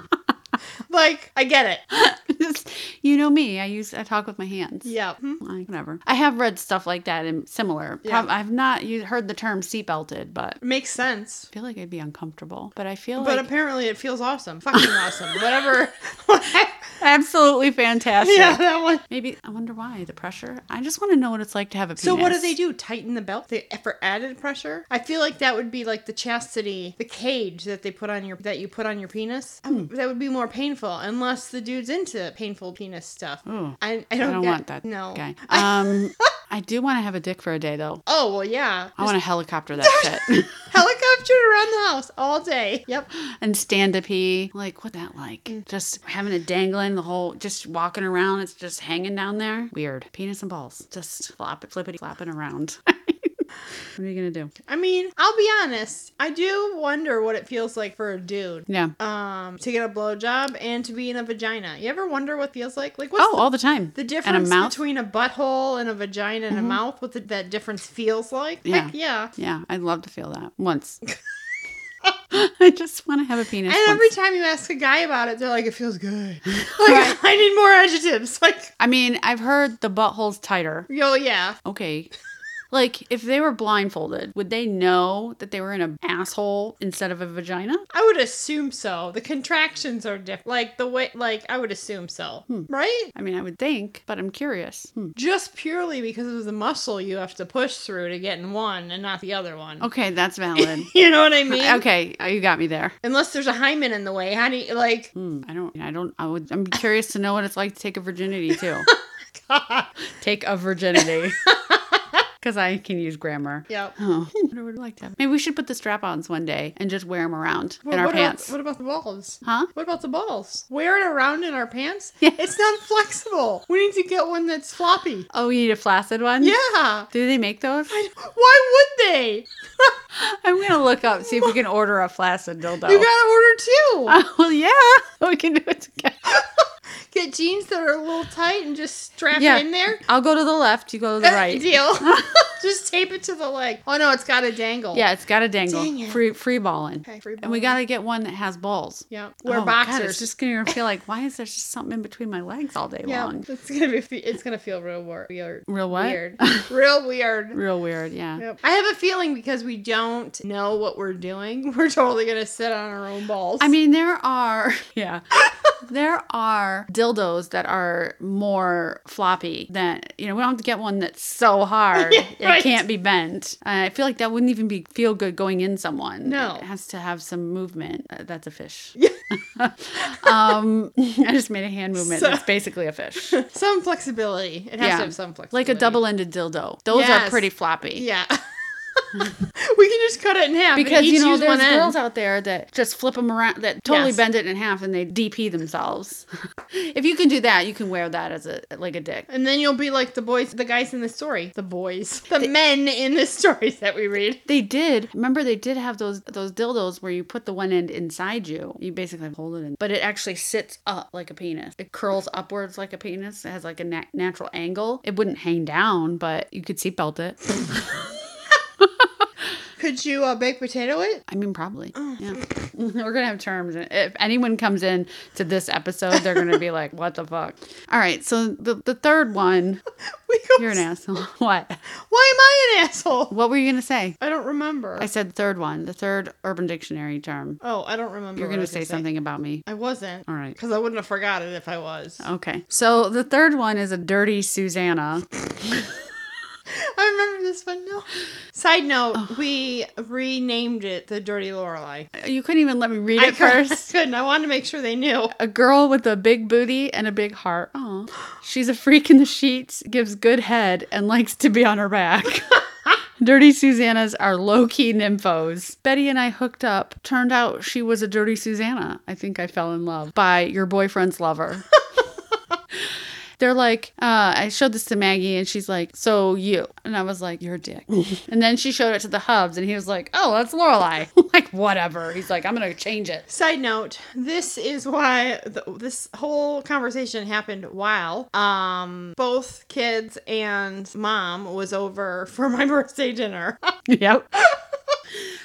[SPEAKER 1] like I get it.
[SPEAKER 2] [laughs] you know me, I use, I talk with my hands.
[SPEAKER 1] Yep. Hmm.
[SPEAKER 2] Like, whatever. I have read stuff like that and similar.
[SPEAKER 1] Yeah.
[SPEAKER 2] Prob- I've not u- heard the term seatbelted, but
[SPEAKER 1] Makes sense.
[SPEAKER 2] I feel like I'd be uncomfortable. But I feel
[SPEAKER 1] But
[SPEAKER 2] like
[SPEAKER 1] apparently it feels awesome. Fucking awesome.
[SPEAKER 2] [laughs]
[SPEAKER 1] Whatever. [laughs] yeah,
[SPEAKER 2] absolutely fantastic.
[SPEAKER 1] that one.
[SPEAKER 2] Maybe I wonder why the pressure. I just want to know what it's like to have a penis.
[SPEAKER 1] So what do they do? Tighten the belt they, for added pressure? I feel like that would be like the chastity, the cage that they put on your that you put on your penis. Um,
[SPEAKER 2] Hmm.
[SPEAKER 1] That would be more painful unless the dude's into painful penis stuff.
[SPEAKER 2] Ooh.
[SPEAKER 1] I, I
[SPEAKER 2] Hmm. I
[SPEAKER 1] don't,
[SPEAKER 2] don't
[SPEAKER 1] get-
[SPEAKER 2] want that
[SPEAKER 1] No. [laughs]
[SPEAKER 2] guy.
[SPEAKER 1] I-
[SPEAKER 2] Um, I do want to have a dick for a day though.
[SPEAKER 1] oh well, yeah.
[SPEAKER 2] I want to helicopter
[SPEAKER 1] [laughs]
[SPEAKER 2] that shit
[SPEAKER 1] helicopter around the house all day. Yep.
[SPEAKER 2] and stand up pee. Like what that like?
[SPEAKER 1] Mm.
[SPEAKER 2] Just having it dangling the whole, just walking around. It's just hanging down there. Weird. Penis and balls, just flop it, flippity, flopping around. [laughs] What are you gonna do?
[SPEAKER 1] I mean, I'll be honest. I do wonder what it feels like for a dude
[SPEAKER 2] Yeah.
[SPEAKER 1] um to get a blowjob and to be in a vagina. You ever wonder what it feels like? Like what's
[SPEAKER 2] Oh, all the time.
[SPEAKER 1] the, the
[SPEAKER 2] and a
[SPEAKER 1] difference
[SPEAKER 2] mouth. Mm-hmm.
[SPEAKER 1] between a butthole and a vagina and a mouth? What the, that difference feels like?
[SPEAKER 2] Yeah.
[SPEAKER 1] Heck yeah.
[SPEAKER 2] yeah, I'd love to feel that once.
[SPEAKER 1] [laughs]
[SPEAKER 2] [laughs] I just want to have a penis.
[SPEAKER 1] And
[SPEAKER 2] once.
[SPEAKER 1] every time you ask a guy about it, they're like, "It feels
[SPEAKER 2] [laughs]
[SPEAKER 1] good." [laughs] Like I need more adjectives. [laughs] Like,
[SPEAKER 2] I mean, I've heard the butthole's tighter.
[SPEAKER 1] yo, yeah, [laughs]
[SPEAKER 2] Okay. Like, if they were blindfolded, would they know that they were in an asshole instead of a vagina?
[SPEAKER 1] I would assume so. The contractions are different. Like the way, like I would assume so,
[SPEAKER 2] Hmm.
[SPEAKER 1] right?
[SPEAKER 2] I mean, I would think, but I'm curious. Hmm.
[SPEAKER 1] Just purely because of the muscle you have to push through to get in one and not the other one.
[SPEAKER 2] Okay, that's valid.
[SPEAKER 1] [laughs] You know what I mean?
[SPEAKER 2] okay, uh, you got me there.
[SPEAKER 1] Unless there's a hymen in the way, how do you
[SPEAKER 2] [laughs]
[SPEAKER 1] like? [laughs]
[SPEAKER 2] Hmm, I don't. I don't. I would. I'm curious to know what it's like to take a virginity too.
[SPEAKER 1] [laughs]
[SPEAKER 2] take a virginity. Because I can use grammar.
[SPEAKER 1] yep.
[SPEAKER 2] Oh, what would I like to have? Maybe we should put the strap-ons one day and just wear them around in our
[SPEAKER 1] what
[SPEAKER 2] pants.
[SPEAKER 1] About, what about the balls?
[SPEAKER 2] Huh?
[SPEAKER 1] What about the balls? Wear it around in our pants?
[SPEAKER 2] [laughs] Yeah.
[SPEAKER 1] It's not flexible. We need to get one that's
[SPEAKER 2] [laughs]
[SPEAKER 1] floppy.
[SPEAKER 2] Oh, you need a flaccid one?
[SPEAKER 1] Yeah. [laughs]
[SPEAKER 2] Do they make those?
[SPEAKER 1] I- Why would they?
[SPEAKER 2] I'm gonna look up see
[SPEAKER 1] [laughs]
[SPEAKER 2] if we can order a flaccid dildo.
[SPEAKER 1] You gotta order two.
[SPEAKER 2] [laughs] oh well, yeah, [laughs] we can do it together.
[SPEAKER 1] Get jeans that are a little tight and just strap
[SPEAKER 2] Uh. Yeah.
[SPEAKER 1] it in there.
[SPEAKER 2] I'll go to the left. You go to the [laughs] right.
[SPEAKER 1] Uh, Deal.
[SPEAKER 2] [laughs]
[SPEAKER 1] [laughs] just tape it to the leg. Oh no, it's gotta dangle.
[SPEAKER 2] Yeah, it's got a dangle.
[SPEAKER 1] Dang it.
[SPEAKER 2] Free free balling.
[SPEAKER 1] Okay, free
[SPEAKER 2] And we
[SPEAKER 1] ball.
[SPEAKER 2] gotta get one that has balls.
[SPEAKER 1] Yeah. Wear
[SPEAKER 2] Oh, God,
[SPEAKER 1] boxers.
[SPEAKER 2] it's just gonna feel like why is there just something in between my legs all day
[SPEAKER 1] yeah,
[SPEAKER 2] long?
[SPEAKER 1] [laughs] it's gonna be. fe- It's gonna feel real wor- weird.
[SPEAKER 2] Real what? [laughs]
[SPEAKER 1] Weird. Real weird.
[SPEAKER 2] Real weird. Yeah.
[SPEAKER 1] Yep. I have a feeling because we don't know what we're doing, [laughs] we're totally gonna sit on our own balls.
[SPEAKER 2] I mean, there are [laughs] yeah, there are dildos that are more floppy than you know. We don't have to get one that's so
[SPEAKER 1] [laughs]
[SPEAKER 2] hard
[SPEAKER 1] Yeah, right.
[SPEAKER 2] it can't be bent. Uh, I feel like that wouldn't even be feel good going in someone.
[SPEAKER 1] No.
[SPEAKER 2] it has to have some movement. Uh, that's a fish.
[SPEAKER 1] Yeah.
[SPEAKER 2] [laughs] um, [laughs] I just made a hand movement.
[SPEAKER 1] So-
[SPEAKER 2] that's basically
[SPEAKER 1] [laughs]
[SPEAKER 2] a fish.
[SPEAKER 1] some flexibility. It has
[SPEAKER 2] Yeah.
[SPEAKER 1] to have some
[SPEAKER 2] Like
[SPEAKER 1] flexibility.
[SPEAKER 2] a double-ended dildo. Those
[SPEAKER 1] Yes.
[SPEAKER 2] are pretty floppy.
[SPEAKER 1] Yeah. [laughs] we can just cut it in half and
[SPEAKER 2] Because
[SPEAKER 1] each
[SPEAKER 2] you know
[SPEAKER 1] use
[SPEAKER 2] there's
[SPEAKER 1] one end.
[SPEAKER 2] girls out there that just flip them around, that totally
[SPEAKER 1] Yes.
[SPEAKER 2] bend it in half, and they DP themselves. [laughs] if you can do that, you can wear that as a like a dick.
[SPEAKER 1] And then you'll be like the boys, the guys in the story, the boys, the men in the [laughs] stories that we read.
[SPEAKER 2] They did. Remember, they did have those those dildos where you put the one end inside you. You basically hold it in, but it actually sits up like a penis. It curls upwards like a penis. It has like a na- natural angle. It wouldn't hang down, but you could seatbelt it.
[SPEAKER 1] Could you uh, baked potato it? [laughs]
[SPEAKER 2] I mean, probably. Yeah, [laughs] we're gonna have terms. And If anyone comes in to this episode, they're
[SPEAKER 1] [laughs]
[SPEAKER 2] gonna be like, "What the fuck?" All right. So the the third one,
[SPEAKER 1] We go,
[SPEAKER 2] you're an asshole. [laughs] What?
[SPEAKER 1] Why am I an asshole?
[SPEAKER 2] What were you gonna say?
[SPEAKER 1] I don't remember.
[SPEAKER 2] I said third one, the third Urban Dictionary term.
[SPEAKER 1] oh, I don't remember.
[SPEAKER 2] You're
[SPEAKER 1] what I
[SPEAKER 2] gonna
[SPEAKER 1] was
[SPEAKER 2] say something about me.
[SPEAKER 1] I wasn't.
[SPEAKER 2] All right. Oh.
[SPEAKER 1] Because I wouldn't have forgot it if I was.
[SPEAKER 2] Okay. So the third one is a dirty Susanna.
[SPEAKER 1] I remember this one. No. Side note,
[SPEAKER 2] Oh.
[SPEAKER 1] we renamed it the Dirty Lorelei.
[SPEAKER 2] You couldn't even let me read
[SPEAKER 1] I
[SPEAKER 2] it
[SPEAKER 1] could- [laughs]
[SPEAKER 2] first.
[SPEAKER 1] couldn't. I wanted to make sure they knew.
[SPEAKER 2] A girl with a big booty and a big heart. Oh, she's a freak in the sheets, gives good head, and likes to be on her back. Dirty Susannas are low key nymphos. Betty and I hooked up. Turned out she was a dirty Susanna. I think I fell in love by your boyfriend's lover. They're like, uh, I showed this to Maggie and she's like, So you. And I was like, You're a dick. and then she showed it to the hubs and he was like, Oh, that's Lorelei. [laughs] like, whatever. He's like, I'm going to change it.
[SPEAKER 1] Side note: This is why th this whole conversation happened while um both kids and mom was over for my [laughs] birthday dinner.
[SPEAKER 2] [laughs] yep.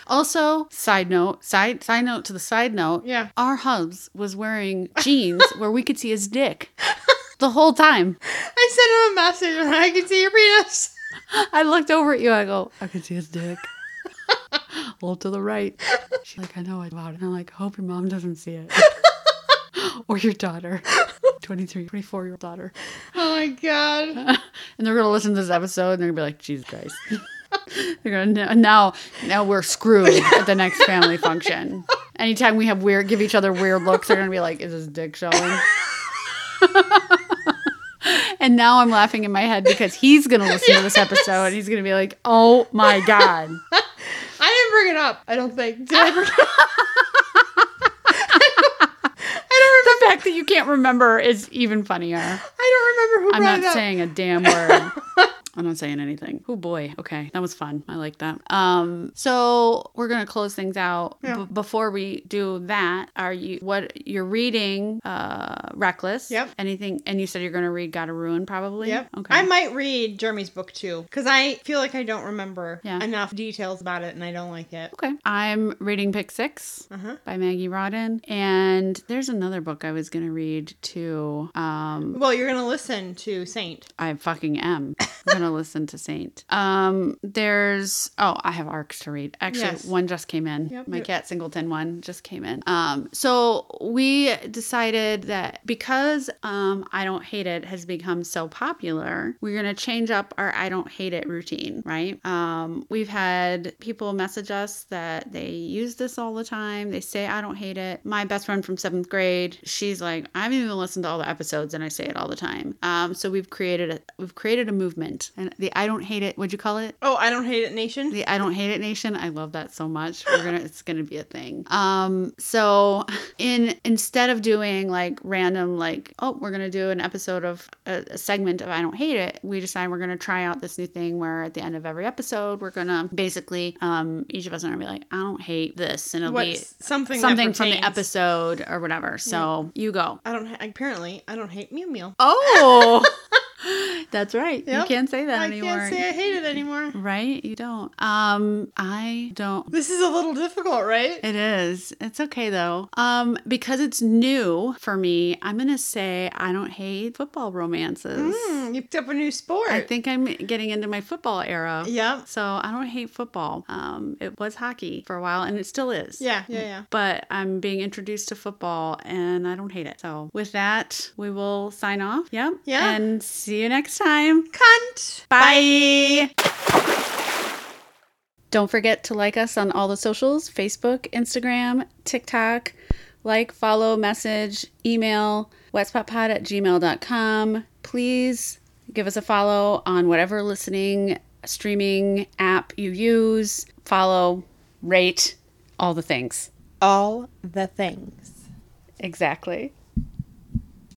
[SPEAKER 2] also, side note, side side note to the side note.
[SPEAKER 1] Yeah.
[SPEAKER 2] Our hubs was wearing jeans where we could see his dick [laughs] the whole time.
[SPEAKER 1] I sent him a message and I could see your penis. [laughs]
[SPEAKER 2] I looked over at you. I go, I could see his [laughs] dick. A little to the right. She's like, I know about it. And I'm like, hope your mom doesn't see [laughs] it. or your daughter. [laughs] 23, 24 year old daughter.
[SPEAKER 1] Oh my god!
[SPEAKER 2] and they're gonna listen to this episode and they're gonna be like, Jesus Christ. [laughs] they're gonna now now we're screwed at the next family function. Anytime we have weird give each other weird looks, they're gonna be like, Is his dick showing? [laughs] and now I'm laughing in my head because he's gonna listen to this episode and he's gonna be like, Oh my god.
[SPEAKER 1] I didn't bring it up. I don't think. Did I bring
[SPEAKER 2] [laughs]
[SPEAKER 1] it up?
[SPEAKER 2] the fact that you can't remember is even funnier.
[SPEAKER 1] I don't remember who
[SPEAKER 2] I'm
[SPEAKER 1] brought
[SPEAKER 2] not
[SPEAKER 1] it up. [laughs]
[SPEAKER 2] saying a damn word. I'm not saying anything. Oh boy. Okay. That was fun. I like that. Um, so we're gonna close things out.
[SPEAKER 1] Yeah.
[SPEAKER 2] B- before we do that, are you what you're reading uh Reckless.
[SPEAKER 1] Yep.
[SPEAKER 2] Anything and you said you're gonna read Gotta Ruin probably?
[SPEAKER 1] Yep.
[SPEAKER 2] Okay.
[SPEAKER 1] I might read Jeremy's book too because I feel like I don't remember
[SPEAKER 2] Yeah.
[SPEAKER 1] enough details about it and I don't like it.
[SPEAKER 2] okay. I'm reading Pick Six.
[SPEAKER 1] Uh huh.
[SPEAKER 2] By Maggie Rodden, and there's another book I was gonna read too. Um,
[SPEAKER 1] Well, you're gonna listen to Saint.
[SPEAKER 2] I fucking am. I'm gonna [laughs] listen to Saint. Um, there's oh, I have arcs to read. Actually,
[SPEAKER 1] Yes.
[SPEAKER 2] one just came in.
[SPEAKER 1] Yep,
[SPEAKER 2] My
[SPEAKER 1] yep.
[SPEAKER 2] cat Singleton one just came in. Um, so we decided that because um, I don't hate it has become so popular, we're gonna change up our I don't hate it routine, right? Um, we've had people message us that they use this all the time. They say I don't hate it. My best friend from seventh grade, she's like, I haven't even listened to all the episodes, and I say it all the time. Um, so we've created a we've created a movement, and the I don't hate it. Would you call it?
[SPEAKER 1] Oh, I don't hate it, Nation.
[SPEAKER 2] The I don't hate it nation. I love that so much. We're gonna it's gonna be a thing. Um so in instead of doing like random like, oh, we're gonna do an episode of a, a segment of I don't hate it, we decide we're gonna try out this new thing where at the end of every episode we're gonna basically um each of us are gonna be like, I don't hate this and it'll
[SPEAKER 1] What's something
[SPEAKER 2] be
[SPEAKER 1] that
[SPEAKER 2] something from the
[SPEAKER 1] pertains.
[SPEAKER 2] episode or whatever. So you go.
[SPEAKER 1] I don't. Ha- apparently, I don't hate Mew Mew.
[SPEAKER 2] [laughs] Oh That's right.
[SPEAKER 1] Yep.
[SPEAKER 2] You can't say that
[SPEAKER 1] I
[SPEAKER 2] anymore.
[SPEAKER 1] can't say I hate it anymore.
[SPEAKER 2] Right? You don't. Um, I don't.
[SPEAKER 1] This is a little difficult, right?
[SPEAKER 2] It is. It's okay though. Um, because it's new for me, I'm gonna say I don't hate football romances.
[SPEAKER 1] Mm, you picked up a new sport.
[SPEAKER 2] I think I'm getting into my football era.
[SPEAKER 1] Yep.
[SPEAKER 2] So I don't hate football. Um, it was hockey for a while, and it still is.
[SPEAKER 1] Yeah. Yeah. Yeah.
[SPEAKER 2] But I'm being introduced to football, and I don't hate it. So with that, we will sign off. Yep.
[SPEAKER 1] Yeah.
[SPEAKER 2] And see you next time.
[SPEAKER 1] Cunt.
[SPEAKER 2] Bye. Don't forget to like us on all the socials Facebook, Instagram, TikTok. Like, follow, message, email, wetspotpod at gmail.com. Please give us a follow on whatever listening, streaming app you use. Follow, rate, all the things.
[SPEAKER 1] All the things.
[SPEAKER 2] Exactly.